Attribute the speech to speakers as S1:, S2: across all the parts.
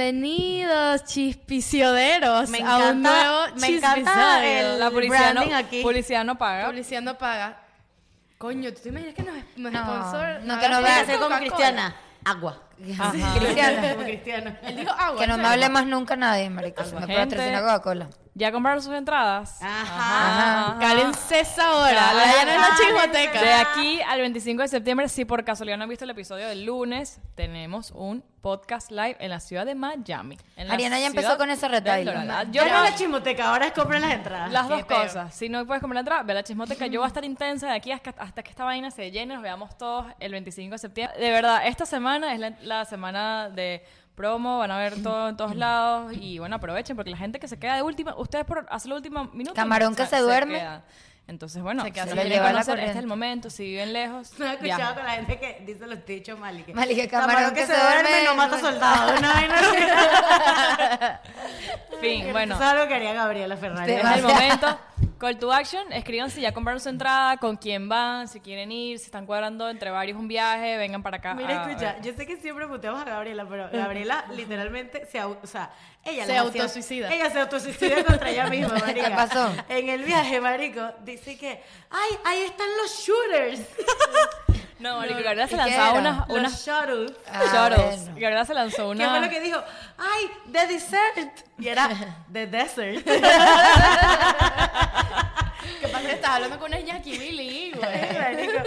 S1: Bienvenidos, chispicioderos,
S2: Me
S1: a un
S2: encanta-
S1: nuevo
S2: me encanta
S1: chispisodio.
S2: el-
S3: La publicidad no,
S2: branding aquí.
S3: publicidad no paga.
S1: Publicidad no paga. Coño, ¿tú te imaginas que nos, nos
S2: No,
S1: sponsor?
S2: no, que nos vaya a hacer como Cristiana. Agua.
S3: Ajá.
S2: Cristiana.
S1: Como Cristiano. Él dijo agua.
S4: Que no me
S1: ¿sabes?
S4: hable más nunca nadie, marico. Si me
S3: Gente.
S4: patrocina Coca-Cola.
S3: ¿Ya compraron sus entradas?
S4: Ah,
S1: Ah,
S2: Ajá.
S3: Ajá.
S1: Cálense esa hora. La ya no es la
S2: Cálense.
S1: chismoteca.
S3: De aquí al 25 de septiembre, si por casualidad no han visto el episodio del lunes, tenemos un podcast live en la ciudad de Miami. en la
S4: Ariana ya empezó
S3: ciudad
S4: con ese
S3: de
S4: retail.
S3: Florida.
S2: Yo
S3: Yo
S2: no
S3: voy
S2: la chismoteca, ahora es compren las
S4: Ah,
S2: entradas.
S3: Las dos
S1: Qué peor.
S3: cosas. Si no puedes comer la entrada, ve a la chismoteca. Yo voy a estar intensa de aquí hasta, hasta que esta vaina se llene. Nos veamos todos el 25 de septiembre. De verdad, esta semana es la, la semana de promo. Van a ver todo en todos lados. Y bueno, aprovechen porque la gente que se queda de última, ustedes por hacer el último minuto.
S4: Camarón
S3: o
S4: que
S3: sea,
S4: se duerme.
S3: queda. Entonces, bueno,
S4: Se queda,
S3: si
S4: se
S3: los
S4: lo
S3: quieren
S4: lleva la
S3: conocer, este es
S4: corriente.
S3: el momento. Si viven lejos,
S2: No he escuchado
S3: viajan.
S2: con la gente que dice los dichos mal y que,
S4: Mal y que
S2: camarón,
S4: camarón
S2: que,
S4: que
S2: se,
S4: se
S2: duerme,
S4: duerme,
S2: no mata
S4: no-
S2: soldado. Una vaina así.
S3: fin, bueno.
S2: Eso
S3: este
S2: es algo que haría Gabriela Fernández.
S4: Te
S3: Es
S4: va-
S3: el momento. Call to action. Escriban si ya compraron su entrada, con quién van, si quieren ir, si están cuadrando entre varios un viaje, vengan para acá.
S2: Mira,
S3: a-
S2: escucha, yo sé que siempre puteamos a Gabriela, pero Gabriela literalmente se, au- o sea, ella
S1: Se
S2: las hacía-
S1: autosuicida.
S2: Ella se autosuicida contra ella misma, marica.
S4: ¿Qué pasó?
S2: En el viaje, marico, dice que, ay, ahí están los shooters,
S3: No, marico, Gabriela se
S4: ¿Y qué
S3: lanzaba
S4: era?
S3: unas,
S2: los
S3: unas
S2: shuttles.
S4: Ah,
S3: shoros.
S4: bueno.
S3: Gabriela se lanzó
S2: ¿Qué fue
S3: una.
S2: lo que dijo? Ay, the dessert. Y era the desert.
S1: ¿Qué pasa? que Estás hablando con una niña aquí, Billy, güey.
S2: marico,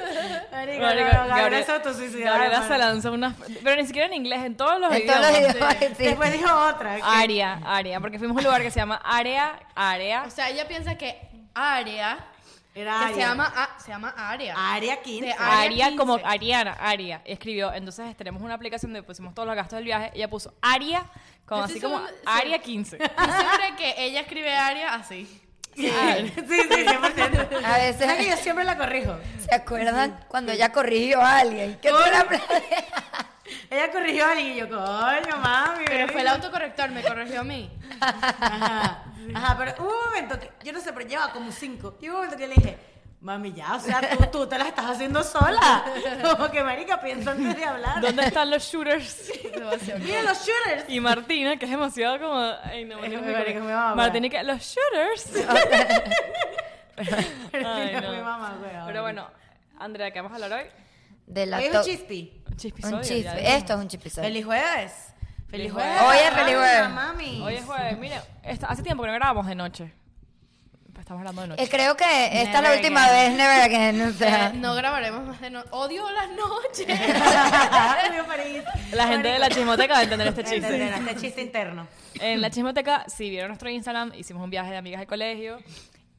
S2: marico, no,
S3: Marico,
S2: no, Gabriela
S3: Gabriel-
S2: se autosuicidó.
S3: Gabriela
S2: hermano.
S3: se lanzó unas. Pero ni siquiera en inglés, en todos los
S4: En todos
S3: idiomas.
S4: los idiomas. sí.
S2: Después dijo otra. que-
S3: Área, área, porque fuimos a un lugar que se llama Área, Área.
S1: O sea, ella piensa que área,
S2: Era
S1: que
S2: área.
S1: se llama, a- se llama área.
S2: Área 15.
S1: De área.
S3: Aria
S1: 15.
S3: como Ariana, Aria, escribió. Entonces tenemos una aplicación donde pusimos todos los gastos del viaje. Ella puso Aria, como
S1: Yo
S3: así
S1: estoy
S3: como
S1: segura- sí.
S3: Aria 15.
S1: Estoy segura que ella escribe área así.
S2: Sí, sí, sí, 100%.
S4: A veces-
S2: ¿Sabes que yo siempre la corrijo.
S4: ¿Se acuerdan cuando ella corrigió a alguien? Que tú la
S2: Ella corrigió a alguien y yo, coño, mami.
S1: Pero fue el
S2: verga".
S1: autocorrector, me corrigió a mí.
S2: Ajá, ajá, pero hubo un momento que, yo no sé, pero llevaba como cinco. Y hubo un momento que le dije, mami, ya, o sea, tú, tú te la estás haciendo sola. Como que, marica, piensa antes de hablar.
S3: ¿Dónde están los shooters?
S2: Mira los shooters.
S3: Y Martina, que es demasiado como. Ay, no,
S2: Es
S3: Dios
S2: muy
S3: mío.
S2: marica, mi mamá.
S3: Martina, y que los shooters. Ay,
S2: Mi
S3: no.
S2: mamá, weón.
S3: Pero bueno, Andrea, ¿qué vamos a hablar hoy?
S4: De la
S2: Hoy es
S4: to-
S2: un chispi.
S3: Un chispisodio.
S4: Un
S3: ya
S4: chisme.
S3: dijimos.
S4: Esto es un chispisodio.
S2: Feliz jueves.
S3: Feliz
S2: Feliz
S3: jueves.
S2: jueves.
S4: Oye, feliz jueves.
S2: Mami.
S3: Hoy es jueves. Mira, esta- hace tiempo que no grabamos de noche. Pues Estamos hablando de noche.
S4: Eh, creo que esta es la
S1: Never
S4: última
S1: again.
S4: vez, never again. O sea,
S1: Eh, no grabaremos más de noche. Odio las noches.
S2: Adiós, París.
S3: La gente de la chismoteca va a entender este chiste.
S2: Entenderás, Este chiste interno.
S3: En la chismoteca, si vieron nuestro Instagram, hicimos un viaje de amigas de colegio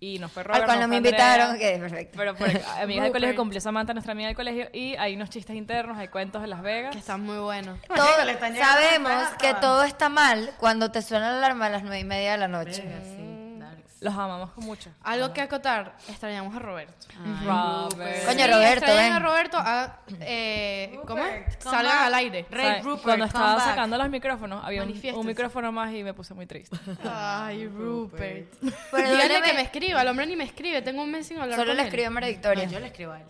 S3: y nos fue
S4: Ay,
S3: Robert,
S4: cuando
S3: nos
S4: me
S3: fue Andrea.
S4: invitaron, ok, perfecto.
S3: Pero por acá, amigas de colegio
S1: Rupert.
S3: cumplió Samantha, nuestra amiga del colegio, y hay unos chistes internos, hay cuentos de Las Vegas.
S1: Que están muy buenos.
S4: Todo-
S2: Marico, le están llegando
S4: sabemos
S2: mensajes a
S4: que
S2: todas.
S4: todo está mal cuando te suena la alarma a las nueve y media de la noche.
S3: Los amamos con mucho.
S1: Algo que acotar, extrañamos a Roberto.
S3: Robert.
S4: Ah. Coño,
S1: Sí,
S4: Roberto,
S1: extrañen
S4: ven.
S1: a Roberto, a, eh, ¿cómo? es?
S2: Rupert, come
S1: Salgan
S2: back.
S1: al aire.
S2: Rey
S3: ¿Sabes?
S2: Rupert,
S3: Cuando estaba
S2: come back.
S3: sacando los micrófonos, había un- un,
S1: Manifiéstense.
S3: micrófono más y me puse muy triste.
S1: Ay, Rupert.
S4: Pero
S1: Díganle
S4: dónde
S1: que
S4: me-
S1: me escriba, el hombre ni me escribe, tengo un mes sin hablar
S4: Solo
S1: con
S4: le
S1: él.
S4: escribió a María Victoria.
S2: No, yo le escribo a él.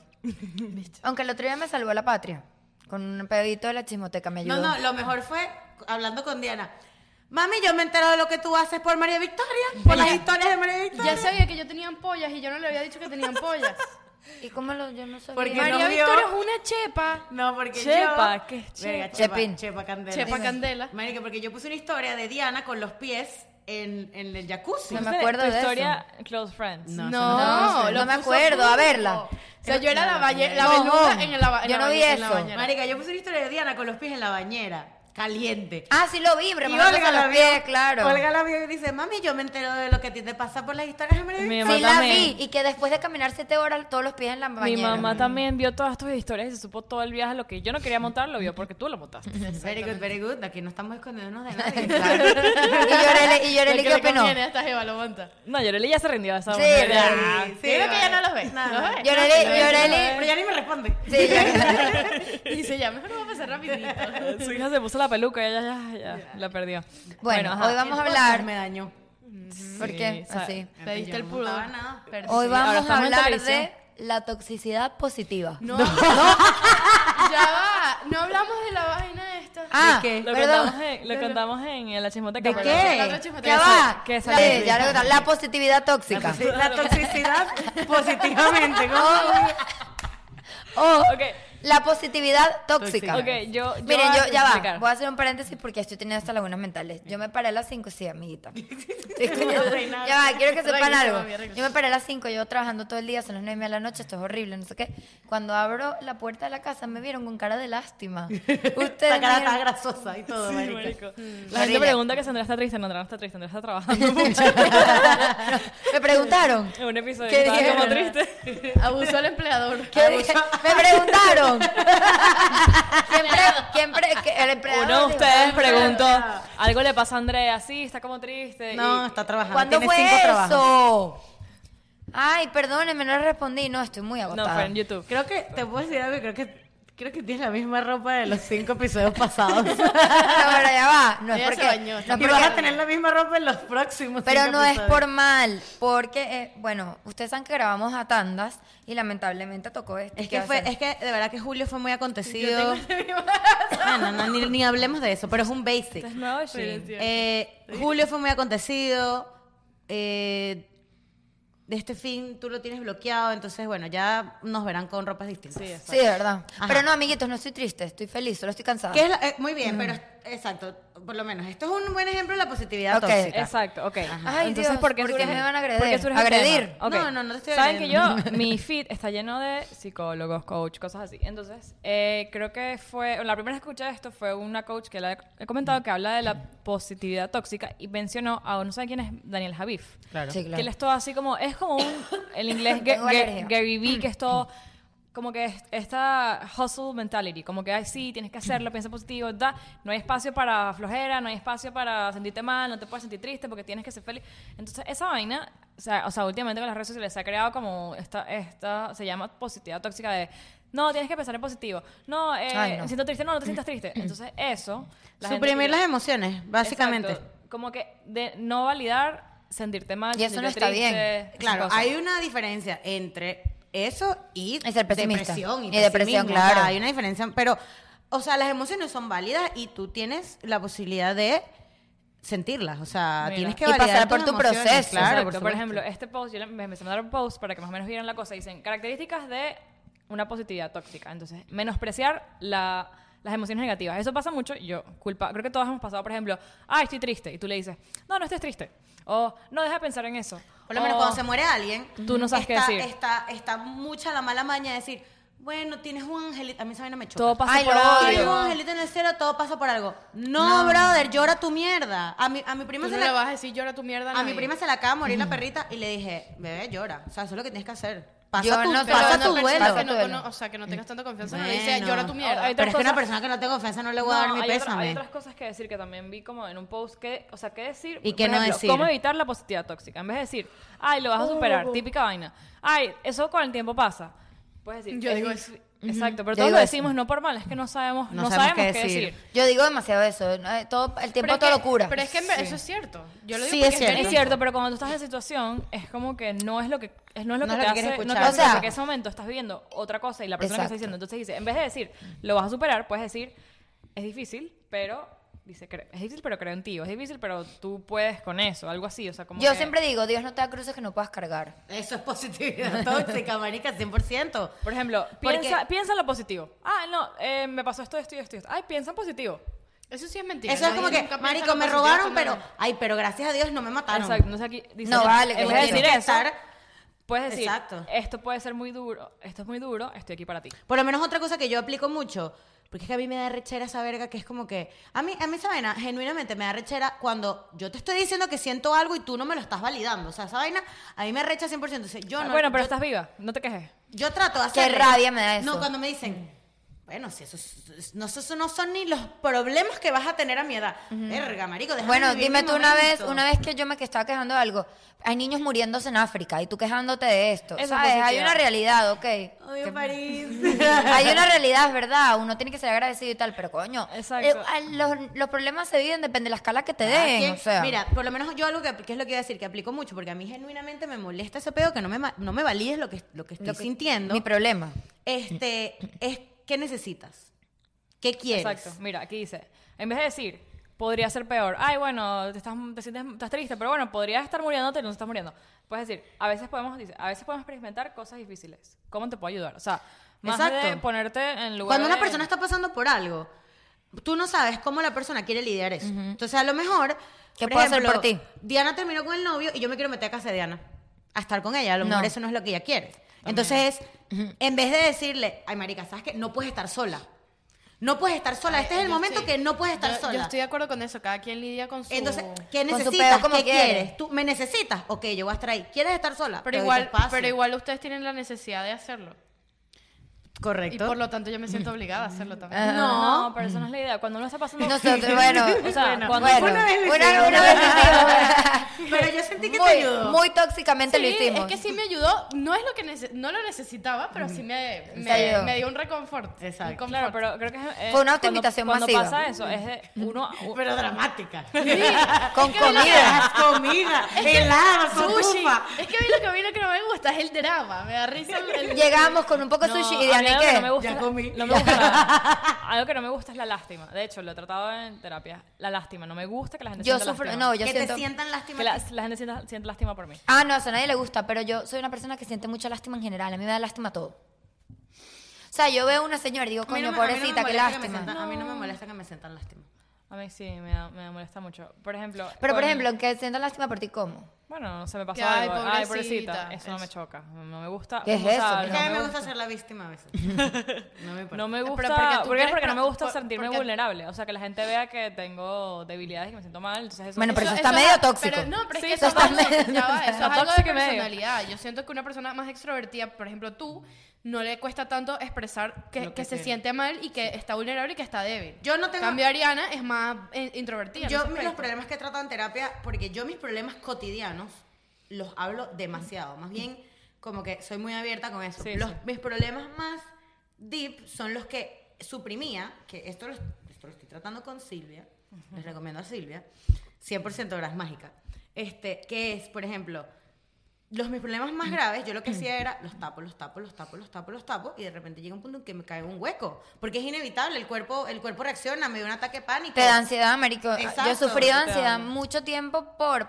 S4: Aunque el otro día me salvó la patria. Con un pedito de la chismoteca me ayudó.
S2: No, no, lo mejor fue hablando con Diana. Mami, yo me he enterado de lo que tú haces por María Victoria, por las historias de María Victoria.
S1: Ya sabía que yo tenía ampollas y yo no le había dicho que tenía ampollas.
S4: ¿Y cómo lo yo no sabía?
S2: Porque
S1: María
S2: no vio.
S1: Victoria es una chepa.
S2: No, porque
S3: Chepa,
S2: yo...
S3: ¿qué es
S2: Verga, chepa,
S4: chepa? Chepín.
S2: Chepa Candela.
S1: Chepa Candela.
S2: Marica, porque yo puse una historia de Diana con los pies en, en el jacuzzi.
S4: No me
S3: ¿Viste
S4: acuerdo
S3: tu
S4: de eso.
S3: historia, Close Friends.
S2: No,
S1: No,
S4: no, no,
S1: lo
S4: no me
S1: puso
S4: acuerdo, a
S1: público.
S4: verla.
S1: O sea, yo era la, balle, la
S4: No,
S1: beluda
S4: no,
S1: en la ba- en
S4: yo
S1: la
S4: no vi
S1: bañera, en la
S4: eso.
S1: bañera.
S2: Marica, yo puse una historia de Diana con los pies en la bañera, caliente.
S4: Ah, sí lo vi, pero
S2: Y
S4: me
S2: Olga
S4: los
S2: la vio.
S4: pies, claro.
S2: Olga la vio y dice, mami, yo me entero de lo que a ti te pasa por las historias de María
S3: Mi
S2: Victoria.
S3: mamá
S4: Sí la vi
S3: también.
S4: y que después de caminar siete horas todos los pies en la
S3: Mi
S4: bañera.
S3: mamá también vio todas tus historias y se supo todo el viaje. Lo que yo no quería montar, lo vio porque tú lo montaste.
S2: Very good, very good. Aquí no estamos escondiéndonos de nadie.
S4: Claro. Y Yoreli, y
S1: Lo
S4: Yoreli,
S1: que
S4: ¿qué
S1: le
S4: opinó?
S1: conviene a esta jeva lo monta.
S3: No, Yoreli ya se rindió a esa
S4: Sí,
S3: mujer.
S4: ¿verdad?
S3: Ya.
S2: Sí, sí,
S1: Yo creo que
S2: vale.
S1: ya no los ve.
S2: No,
S1: los
S2: no.
S1: ve.
S4: Yoreli,
S2: Pero
S4: Yoreli.
S2: ya ni me responde.
S4: Sí, Yoreli.
S1: Y dice, ya mejor vamos a pasar rapidito.
S3: Su hija se puso la peluca y ella ya, ya, la perdió.
S4: Bueno,
S3: ajá.
S4: hoy vamos a
S2: El
S4: hablar.
S2: podcast Me dañó.
S4: ¿Por
S3: Sí,
S4: qué?
S3: o sea,
S4: Así.
S1: Te diste el
S2: no
S1: pulón.
S2: estaba nada.
S1: Pero
S4: Hoy
S1: sí.
S3: ahora
S4: vamos a
S3: estamos en
S4: hablar
S3: televisión.
S4: de la toxicidad positiva.
S1: No, no. ya va. No hablamos de la vaina esta.
S4: Ah,
S2: ¿De qué?
S3: Lo
S4: perdón.
S3: contamos en, lo contamos en la chismoteca.
S4: ¿De
S3: pero
S1: la otra
S4: qué?
S1: chismoteca.
S4: Ya va.
S3: Que se-
S4: La-
S3: que se-
S4: ya lo- La positividad tóxica.
S2: Sí, La toxicidad positivamente. ¿cómo?
S4: O
S3: Ok.
S4: Oh. la positividad tóxica.
S3: Ok, yo- yo
S4: Miren,
S3: voy a
S4: yo ya va.
S3: explicar.
S4: Voy a hacer un paréntesis porque estoy teniendo estas lagunas mentales. Yo me paré a las 5, sí, amiguita. Estoy coñando. ya va, quiero que sepan
S1: Regresa,
S4: algo.
S1: mami, regresa.
S4: Yo me paré a las 5, yo trabajando todo el día, son las 9 y media de la noche, esto es horrible, no sé qué. Cuando abro la puerta de la casa me vieron con cara de lástima. Ustedes
S2: La
S4: me
S2: cara está
S4: vieron-
S2: grasosa y todo,
S3: Sí,
S2: marica.
S3: marico. La gente
S4: Maravilla.
S3: pregunta que si Andrea está triste. No, Andrea no está triste. Andrea está trabajando mucho.
S4: Me preguntaron.
S3: En un episodio
S4: ¿Qué
S3: que estaba como
S4: dijeron?
S3: triste.
S1: Abusó al empleador.
S4: ¿Qué dije? Me preguntaron. ¿Quién pre- quién pre- que el empleador
S3: Uno de
S4: dijo,
S3: ustedes preguntó,
S2: verdad.
S3: algo le pasó a Andrea, sí, está como triste.
S2: No,
S3: y-
S2: está trabajando.
S4: ¿Cuándo
S2: tiene
S4: fue
S2: cinco
S4: eso?
S2: trabajos.
S4: Ay, perdónenme, no le respondí. No, estoy muy
S3: No,
S4: agotada.
S3: fue en YouTube.
S2: Creo que, te puedo decir algo, creo que, creo que tienes la misma ropa de los cinco episodios pasados.
S4: No, pero ya va. No es
S1: Ella se
S4: porque.
S1: bañó.
S4: no es
S1: Y
S2: y
S4: porque-
S2: vas a tener la misma ropa en los próximos
S4: Pero
S2: cinco
S4: no es
S2: episodios.
S4: por mal, porque, eh, bueno, ustedes saben que grabamos a tandas y lamentablemente tocó este, esto.
S2: Es que, fue, es que de verdad que julio fue muy acontecido. Bueno, no, ni, ni hablemos de eso, pero es un basic.
S3: ¿Estás nuevo? Sí.
S2: Eh, julio fue muy acontecido. eh, de este fin tú lo tienes bloqueado, entonces bueno, ya nos verán con ropas distintas.
S3: Sí,
S4: Sí, de verdad.
S2: Ajá.
S4: Pero no, amiguitos, no estoy triste, estoy feliz, solo estoy cansada.
S2: Que es la- eh, muy bien, pero exacto, por lo menos esto es un buen ejemplo de la positividad
S4: Ok.
S2: tóxica.
S3: Exacto, ok.
S4: Ay,
S3: Entonces,
S4: Dios,
S3: ¿por qué
S4: ¿por qué
S3: surge-
S4: me van a agredir?
S3: por qué surge el
S4: Agredir.
S3: tema? Ok.
S2: No, no, no te estoy
S3: Saben que
S2: agrediendo.
S3: yo, mi feed está lleno de psicólogos, coach, cosas así. Entonces, eh, creo que fue, la primera escucha de esto fue una coach que la he comentado que habla de la positividad tóxica y mencionó a, no sé quién es, Daniel Javif.
S4: Sí,
S3: Que él es todo así como, es como un, en inglés, Ga-
S4: Tengo
S3: Ga-
S4: alergia.
S3: Gary Vee, que es todo,
S4: Mm.
S3: como que es- esta hustle mentality, como que, ay, sí, tienes que hacerlo, piensa positivo, da, no hay espacio para flojera, no hay espacio para sentirte mal, no te puedes sentir triste porque tienes que ser feliz. Entonces, esa vaina, o sea, o sea, últimamente con las redes sociales se ha creado como esta, esta se llama positividad tóxica de... No, tienes que pensar en positivo. No, eh,
S4: Ay, no.
S3: me siento triste. No, no te sientas triste. Entonces, eso... la gente
S2: Suprimir
S3: que-
S2: las emociones, básicamente.
S3: Exacto. Como que de no validar, sentirte mal.
S4: Y eso no
S3: sentirte
S4: está bien.
S3: triste,
S2: Claro,
S3: esas cosas.
S2: hay una diferencia entre eso y
S4: Y ser pesimista.
S2: depresión. Y,
S4: Y depresión,
S2: pesimismo. O sea,
S4: claro.
S2: hay una diferencia, pero, o sea, las emociones son válidas y tú tienes la posibilidad de sentirlas. O sea,
S3: Mira.
S2: tienes que
S4: Y
S2: validar
S4: pasar
S2: tus
S4: por tu
S2: emociones,
S4: proceso.
S2: Claro, por,
S3: Exacto. Por,
S2: supuesto.
S3: ejemplo, este post, yo le- me empecé a mandar un post para que más o menos vieran la cosa. Dicen, características de una positividad tóxica. Entonces, menospreciar la- las emociones negativas. Eso pasa mucho. Yo, culpa, creo que todos hemos pasado, por ejemplo, ah, estoy triste. Y tú le dices, no, no estés triste. O, no, deja de pensar en eso.
S2: Por lo menos
S3: O,
S2: cuando se muere alguien,
S3: Tú no sabes qué
S2: está,
S3: decir.
S2: Está, está mucha la mala maña de decir, bueno, tienes un angelito. A mí esa vaina me choca.
S3: Todo pasa
S4: Ay,
S3: por
S4: lo odio.
S2: Tienes un
S3: algo.
S2: angelito en el cielo, todo pasa por algo. No, brother, llora tu mierda. A mi, a mi prima
S1: Tú
S2: se
S1: no
S2: la
S1: le vas a decir llora tu mierda
S2: A mi
S1: nadie.
S2: prima se le acaba de morir la perrita y le dije, bebé, llora. O sea, eso es lo que tienes que hacer. Pasa
S4: Yo
S2: tu,
S4: no te
S1: Pero
S2: pasa
S4: no,
S1: una
S2: tu
S1: persona
S2: duelo.
S1: que no
S4: Duelo.
S1: cono- o sea, que no tengas tanta confianza, no le
S2: Bueno.
S1: dice llora tu mierda.
S3: Ay,
S2: Pero es que
S3: cosas-
S2: una persona que no tengo confianza no le voy a dar
S3: No,
S2: mi
S3: hay otra- hay
S2: pésame.
S3: otras cosas que decir que también vi como en un post que, o sea, qué decir
S2: Y
S3: Por
S2: qué no
S3: ejemplo,
S2: decir.
S3: cómo evitar la positividad tóxica. En vez de decir, ay, lo vas a superar, típica vaina. Ay, eso con el tiempo pasa. Puedes decir,
S1: Yo
S3: es
S1: digo
S3: dif-
S1: eso.
S3: Exacto, pero
S4: Yo
S3: todos
S4: digo
S3: lo
S4: eso.
S3: decimos no por mal, es que no sabemos, no, sabemos, qué decir.
S4: Yo digo demasiado eso, eh, todo, el
S1: Pero
S4: tiempo
S1: es
S4: todo
S1: que-
S4: locura.
S1: Pero es que en ver-
S3: Sí.
S1: eso es cierto. Yo lo digo
S2: Sí,
S1: porque
S2: es cierto.
S3: Es
S1: verídico.
S3: cierto, pero cuando tú estás en esa situación, es como que no es lo que es, no es lo
S2: No
S3: que
S2: es lo
S3: te
S2: que quieres
S3: hace, no es
S2: escuchar.
S3: lo que
S4: O sea-
S3: porque en ese momento estás viviendo otra cosa y la persona que está
S4: Exacto.
S3: diciendo, entonces dice, en vez de decir, lo vas a superar, puedes decir, es difícil, pero dice, "Cre- es difícil, pero creo en ti, o es difícil, pero tú puedes con eso, algo así, o sea, como
S4: Yo
S3: que-
S4: siempre digo, Dios no te da cruces que no puedas cargar.
S2: Eso es positividad tóxica, marica, 100%.
S3: por ejemplo,
S2: Porque-
S3: piensa, piensa en lo positivo. Ah, no, eh, me pasó esto, esto y esto. y esto. Ay, piensa en positivo.
S1: Eso sí es mentira.
S2: Eso es
S1: nadie
S2: como que,
S1: nunca piensa
S2: marico,
S1: lo
S2: me
S1: positivo
S2: robaron,
S1: cuando-
S2: pero, ay, pero gracias a Dios Ah, no me mataron.
S3: Exacto, entonces aquí dice,
S4: No vale,
S3: en
S4: que
S3: vez de
S4: tienes
S3: decir
S2: que
S3: eso,
S2: estar-
S3: puedes decir,
S2: Exacto.
S3: esto puede ser muy duro, esto es muy duro, estoy aquí para ti.
S2: Por lo menos otra cosa que yo aplico mucho, porque es que a mí me da rechera esa verga que es como que a mí a mí esa vaina genuinamente me da rechera cuando yo te estoy diciendo que siento algo y tú no me lo estás validando, o sea, esa vaina a mí me recha 100%, Entonces, yo
S3: Ah,
S2: no
S3: bueno, pero
S2: yo-
S3: estás viva, no te quejes.
S2: Yo trato de
S4: Qué
S2: hacer.
S4: rabia me da eso.
S2: No, cuando me dicen, bueno, si eso, es- no, eso no son ni los problemas que vas a tener a mi edad. Verga, marico, déjame
S4: Bueno,
S2: vivir
S4: dime
S2: mi
S4: tú una vez,
S2: momento.
S4: una vez que yo me que estaba quejando de algo, hay niños muriéndose en África y tú quejándote de esto,
S3: Eso es
S4: ¿sabes? Hay
S3: positividad.
S4: una realidad, ok.
S2: Odio
S4: Que-
S2: París.
S4: Hay una realidad, es verdad, uno tiene que ser agradecido y tal, pero coño,
S3: Exacto.
S4: eh, a- los, los problemas se viven depende de la escala que te
S2: Cada
S4: den,
S2: quien-
S4: o sea.
S2: Mira, por lo menos yo algo que, que es lo que iba a decir, que aplico mucho, porque a mí genuinamente me molesta ese pedo que no me, ma- no me valides lo que, lo que estoy
S4: que-
S2: sintiendo.
S4: Mi problema.
S2: Este, es, ¿qué necesitas? ¿Qué quieres?
S3: Exacto. Mira, aquí dice, en vez de decir, podría ser peor. Ay, bueno, te estás, te sientes, estás triste, pero bueno, podrías estar muriéndote y no estás muriendo. Puedes decir, a veces podemos, dice, a veces podemos experimentar cosas difíciles. ¿Cómo te puedo ayudar? O sea, más
S2: Exacto.
S3: de ponerte en lugar
S2: Cuando una
S3: de-
S2: persona está pasando por algo, tú no sabes cómo la persona quiere lidiar eso. Entonces, a lo mejor.
S4: ¿Qué
S2: por
S4: puedo hacer
S2: ejemplo,
S4: por ti?
S2: Diana terminó con el novio y yo me quiero meter a casa de Diana a estar con ella. A lo
S4: No.
S2: mejor eso no es lo que ella quiere. Entonces, en vez de decirle, ay, Marica, ¿sabes qué? No puedes estar sola. No puedes estar sola. este es el
S1: Yo
S2: momento
S1: sí.
S2: que no puedes estar
S1: Yo-
S2: sola.
S1: Yo estoy de acuerdo con eso. Cada quien lidia con su.
S2: Entonces, ¿qué
S4: Con su
S2: necesitas?
S4: pedo como
S2: ¿Qué
S4: quieres.
S2: quieres? ¿Tú me necesitas? Ok, yo voy a estar ahí. ¿Quieres estar sola? Te
S1: pero
S2: doy tu
S1: igual,
S2: espacio.
S1: pero igual ustedes tienen la necesidad de hacerlo. Y
S2: Correcto.
S1: por lo tanto yo me siento obligada a hacerlo también.
S3: No, pero eso no es la idea. Cuando uno está pasando...
S4: Ah. Nosotros, bueno,
S3: O sea,
S4: bueno,
S3: cuando-
S4: bueno,
S3: Una
S2: vez lo
S4: una-
S2: hicimos.
S4: una vez lo hicimos.
S2: Pero yo sentí que
S4: muy,
S2: te ayudó.
S4: Muy tóxicamente lo
S1: Sí,
S4: hicimos.
S1: Es que sí me ayudó. No es lo que nece- no lo necesitaba, pero sí me, me,
S4: ayudó.
S1: me dio un reconfort.
S2: Exacto.
S1: Un confort.
S3: Claro, pero creo que es... es
S4: Fue una
S3: cuando-
S4: autoinvitación
S3: cuando,
S4: masiva.
S3: pasa eso, es de uno...
S2: Pero dramática.
S4: Con comida.
S2: comida, helado,
S1: Sushi. Es que a mí lo que, a mí lo que no me gusta es el drama. Me da risa el- el-
S4: Llegamos con un poco de sushi y
S3: a mí algo
S4: Diana, ¿y
S3: que
S4: qué?
S3: no me gusta,
S2: Ya comí.
S3: no me gusta la- algo que no me gusta es la lástima. De hecho, lo he tratado en terapia. La lástima. No me gusta que la gente
S4: yo
S3: sienta
S4: sufro,
S3: lástima.
S4: no, yo
S2: que
S4: siento...
S2: te sientan
S3: Que
S2: lástima.
S3: la, la gente sienta, siente lástima por mí.
S4: Ah, no, eso a nadie le gusta, pero yo soy una persona que siente mucha lástima en general. A mí me da lástima todo. O sea, yo veo a una señora y digo,
S2: A mí
S4: coño,
S2: no me- a mí no me
S4: pobrecita, qué
S2: molesta que me
S4: lástima.
S2: sientan- A mí no me molesta que me sientan lástima.
S3: A mí sí, me, da- me molesta mucho. Por ejemplo...
S4: Pero, por
S3: con-
S4: ejemplo, que sientan lástima por ti, ¿cómo?
S3: Bueno, se me pasó
S1: Que, ay,
S3: algo. Ay,
S1: pobrecita.
S3: pobrecita. Eso no me
S1: Eso.
S3: choca. No me gusta.
S4: ¿Qué es
S3: o sea,
S4: eso?
S2: Es
S4: No
S2: que a mí
S4: me
S2: me gusta ser la víctima a veces. No me importa.
S3: No me
S1: Pero
S3: gusta,
S1: porque
S3: porque,
S1: tú
S3: porque,
S1: quieres
S3: no me
S1: pro-
S3: gusta
S1: por-
S3: sentirme
S1: porque-
S3: vulnerable. O sea, que la gente vea que tengo debilidades y que me siento mal. Entonces eso
S4: Bueno, pero
S3: eso-
S4: eso está medio tóxico.
S1: Pero, no, pero
S3: Sí,
S1: es que
S3: eso
S1: eso,
S4: está
S1: es algo-
S4: medio-
S1: ya va, eso es
S3: está
S1: algo de
S3: tóxico y medio.
S1: personalidad. Yo siento que una persona más extrovertida, por ejemplo tú, no le cuesta tanto expresar que,
S2: Lo
S1: que
S2: que
S1: se
S2: quiere.
S1: siente mal y que está vulnerable y que está débil.
S2: Yo no tengo-
S1: cambio, Ariana es más eh, introvertida. en
S2: Yo
S1: ese
S2: mis- los
S1: aspecto.
S2: problemas que he tratado en terapia, porque yo mis problemas cotidianos los hablo demasiado. Más bien, como que soy muy abierta con eso.
S3: Sí,
S2: Los-
S3: sí.
S2: Mis problemas más deep son los que suprimía, que esto lo, esto lo estoy tratando con Silvia, les recomiendo a Silvia, 100% horas mágica, este, que es, por ejemplo, los mis problemas más graves, yo lo que hacía era los tapo, los tapo, los tapo, los tapo, los tapo, y de repente llega un punto en que me cae un hueco, porque es inevitable, el cuerpo, el cuerpo reacciona, me dio un ataque de pánico.
S4: Te da ansiedad, marico.
S2: Exacto,
S4: yo he sufrido
S3: te da.
S4: ansiedad mucho tiempo por...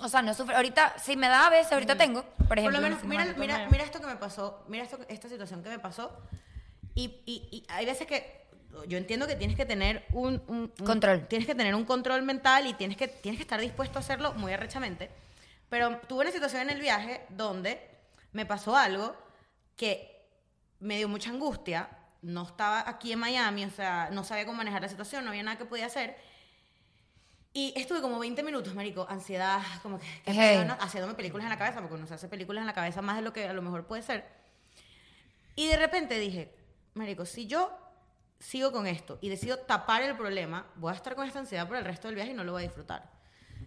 S4: O sea, no sufro... Ahorita, si me da a veces, ahorita tengo, por
S2: Mm. Por
S4: ejemplo.
S2: lo menos,
S4: en este
S2: mira,
S4: momento.
S2: mira, mira esto que me pasó, mira esto, esta situación que me pasó. Y, y- y hay veces que yo entiendo que tienes que tener un, un- un-
S4: Control.
S2: Tienes que tener un control mental y tienes que, tienes que estar dispuesto a hacerlo muy arrechamente. Pero tuve una situación en el viaje donde me pasó algo que me dio mucha angustia. No estaba aquí en Miami, o sea, no sabía cómo manejar la situación, no había nada que podía hacer. Y estuve como 20 minutos, marico, ansiedad, como que, que
S4: Hey.
S2: pedo, ¿no? haciéndome películas en la cabeza, porque uno se hace películas en la cabeza más de lo que a lo mejor puede ser. Y de repente dije, marico, si yo sigo con esto y decido tapar el problema, voy a estar con esta ansiedad por el resto del viaje y no lo voy a disfrutar.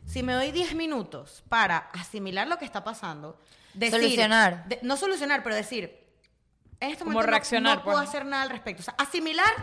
S2: Si me doy 10 minutos para asimilar lo que está pasando, decir-
S4: Solucionar.
S2: de- no solucionar, pero decir, en este
S3: Como
S2: momento no-
S3: reaccionar,
S2: no, puedo
S3: pues.
S2: hacer nada al respecto. O sea, asimilar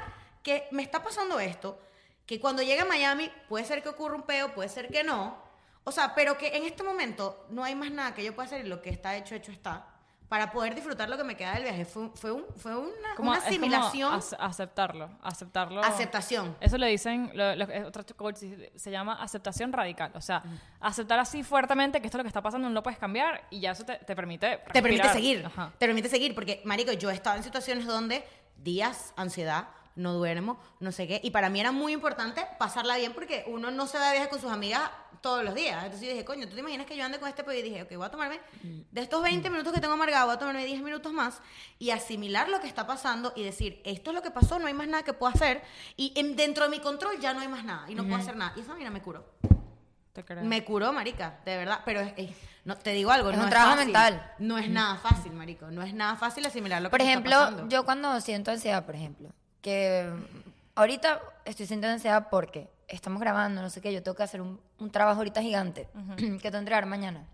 S2: que me está pasando esto, que cuando llegue a Miami puede ser que ocurra un peo, puede ser que no. O sea, pero que en este momento no hay más nada que yo pueda hacer y lo que está hecho, hecho está. Para poder disfrutar lo que me queda del viaje. Fue, fue, un- fue una,
S3: como-
S2: una
S3: es como
S2: asimilación,
S3: ace- aceptarlo. Aceptarlo.
S2: aceptación.
S3: Eso le dicen, lo- lo- es otro coach se llama aceptación radical. O sea, aceptar así fuertemente que esto es lo que está pasando, no lo puedes cambiar y ya eso te, te permite.
S2: Te permite
S3: respirar.
S2: seguir.
S3: Ajá.
S2: Te permite seguir. Porque, marico, yo he estado en situaciones donde días, ansiedad, no duermo, no sé qué. Y para mí era muy importante pasarla bien porque uno no se va de viaje con sus amigas todos los días. Entonces yo dije, coño, ¿tú te imaginas que yo ande con este pollo? Y dije, ok, voy a tomarme de estos 20 minutos que tengo amargado, voy a tomarme 10 minutos más y asimilar lo que está pasando y decir, esto es lo que pasó, no hay más nada que pueda hacer. Y en- dentro de mi control ya no hay más nada y no puedo hacer nada. Y esa mira me curó.
S3: Te creo.
S2: Me curó, marica, de verdad. Pero es- es- no, te digo algo,
S4: Es
S2: no
S4: un
S2: es
S4: trabajo
S2: fácil.
S4: mental.
S2: No es nada fácil, marico. No es nada fácil asimilar lo que
S4: Por
S2: te está
S4: ejemplo,
S2: pasando.
S4: yo cuando siento ansiedad, por ejemplo, que ahorita estoy sintiendo ansiedad porque estamos grabando, no sé qué, yo tengo que hacer un, un trabajo ahorita gigante que tengo que entregar mañana.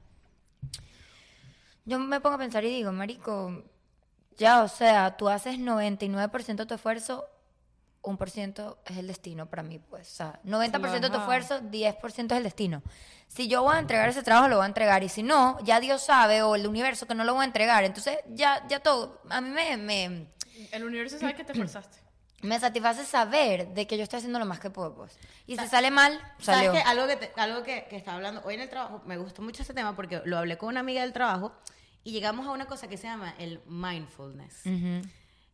S4: Yo me pongo a pensar y digo, marico, ya, o sea, tú haces 99% de tu esfuerzo, 1% es el destino para mí, pues. O sea, 90% de tu
S3: Claro.
S4: esfuerzo, 10% es el destino. Si yo voy a entregar ese trabajo, lo voy a entregar. Y si no, ya Dios sabe, o el universo, que no lo voy a entregar. Entonces, ya, ya todo. A mí me. me
S1: El universo sabe que te esforzaste.
S4: me satisface saber de que yo estoy haciendo lo más que puedo, pues. Y si sale mal,
S2: ¿Sabes
S4: salió.
S2: qué? Algo, que, te- algo que, que estaba hablando hoy en el trabajo, me gustó mucho ese tema porque lo hablé con una amiga del trabajo y llegamos a una cosa que se llama el mindfulness.
S4: Mm.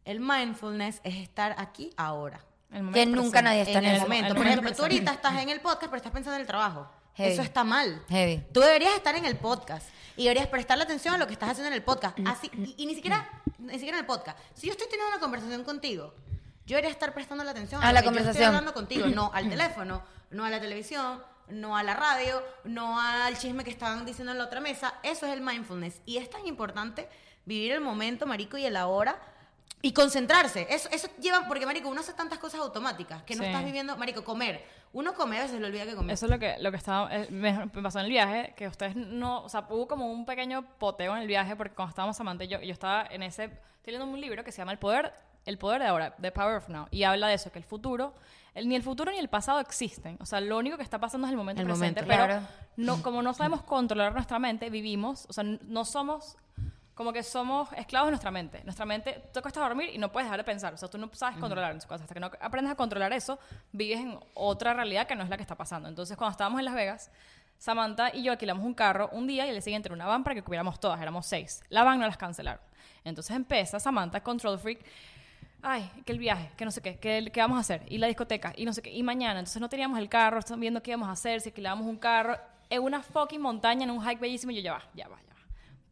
S2: El mindfulness es estar aquí ahora.
S3: El momento
S4: Que nunca
S3: presente.
S4: nadie está en,
S2: el
S4: ese
S2: momento.
S3: el
S2: Por
S3: momento
S2: ejemplo, tú
S3: presente.
S2: ahorita estás en el podcast, pero estás pensando en el trabajo.
S4: Heavy.
S2: Eso está mal.
S4: Heavy.
S2: Tú deberías estar en el podcast y deberías prestarle atención a lo que estás haciendo en el podcast.
S4: Mm,
S2: Así, y, y ni siquiera ni siquiera en el podcast. Si yo estoy teniendo una conversación contigo, yo debería estar prestando la atención
S4: A
S2: lo
S4: la
S2: que yo estoy
S4: conversación. Mm.
S2: hablando contigo, no al teléfono, no a la televisión, no a la radio, no al chisme que estaban diciendo en la otra mesa. Eso es el mindfulness. Y es tan importante vivir el momento, marico, y el ahora. Y concentrarse. Eso, eso lleva, porque, marico, uno hace tantas cosas automáticas que no
S3: Sí.
S2: estás viviendo, marico, comer. Uno come a veces, le olvida que comer.
S3: Eso es lo que, lo que estaba, eh, me me pasó en el viaje, que ustedes no, o sea, hubo como un pequeño poteo en el viaje, porque cuando estábamos Samantha y yo, yo estaba en ese, estoy leyendo un libro que se llama El Poder, El Poder de Ahora, The Power of Now, y habla de eso, que el futuro, el- ni el futuro ni el pasado existen, o sea, lo único que está pasando es el momento
S2: El
S3: presente,
S2: momento.
S3: pero
S4: Claro.
S3: no, como no sabemos controlar nuestra mente, vivimos, o sea, n- no somos... Como que somos esclavos de nuestra mente. Nuestra mente, tú te acuestas a dormir y no puedes dejar de pensar. O sea, tú no sabes controlar esas cosas. Hasta que no aprendes a controlar eso, vives en otra realidad que no es la que está pasando. Entonces, cuando estábamos en Las Vegas, Samantha y yo alquilamos un carro un día y el siguiente era una van para que cubriéramos todas. Éramos seis. La van no las cancelaron. Entonces empieza Samantha, Control Freak, Ay, que el viaje, que no sé qué, que, el- que vamos a hacer, y la discoteca, y no sé qué, y mañana. Entonces no teníamos el carro, estamos viendo qué íbamos a hacer, si alquilábamos un carro, en una fucking montaña, en un hike bellísimo, y yo ya va, ya va, ya va.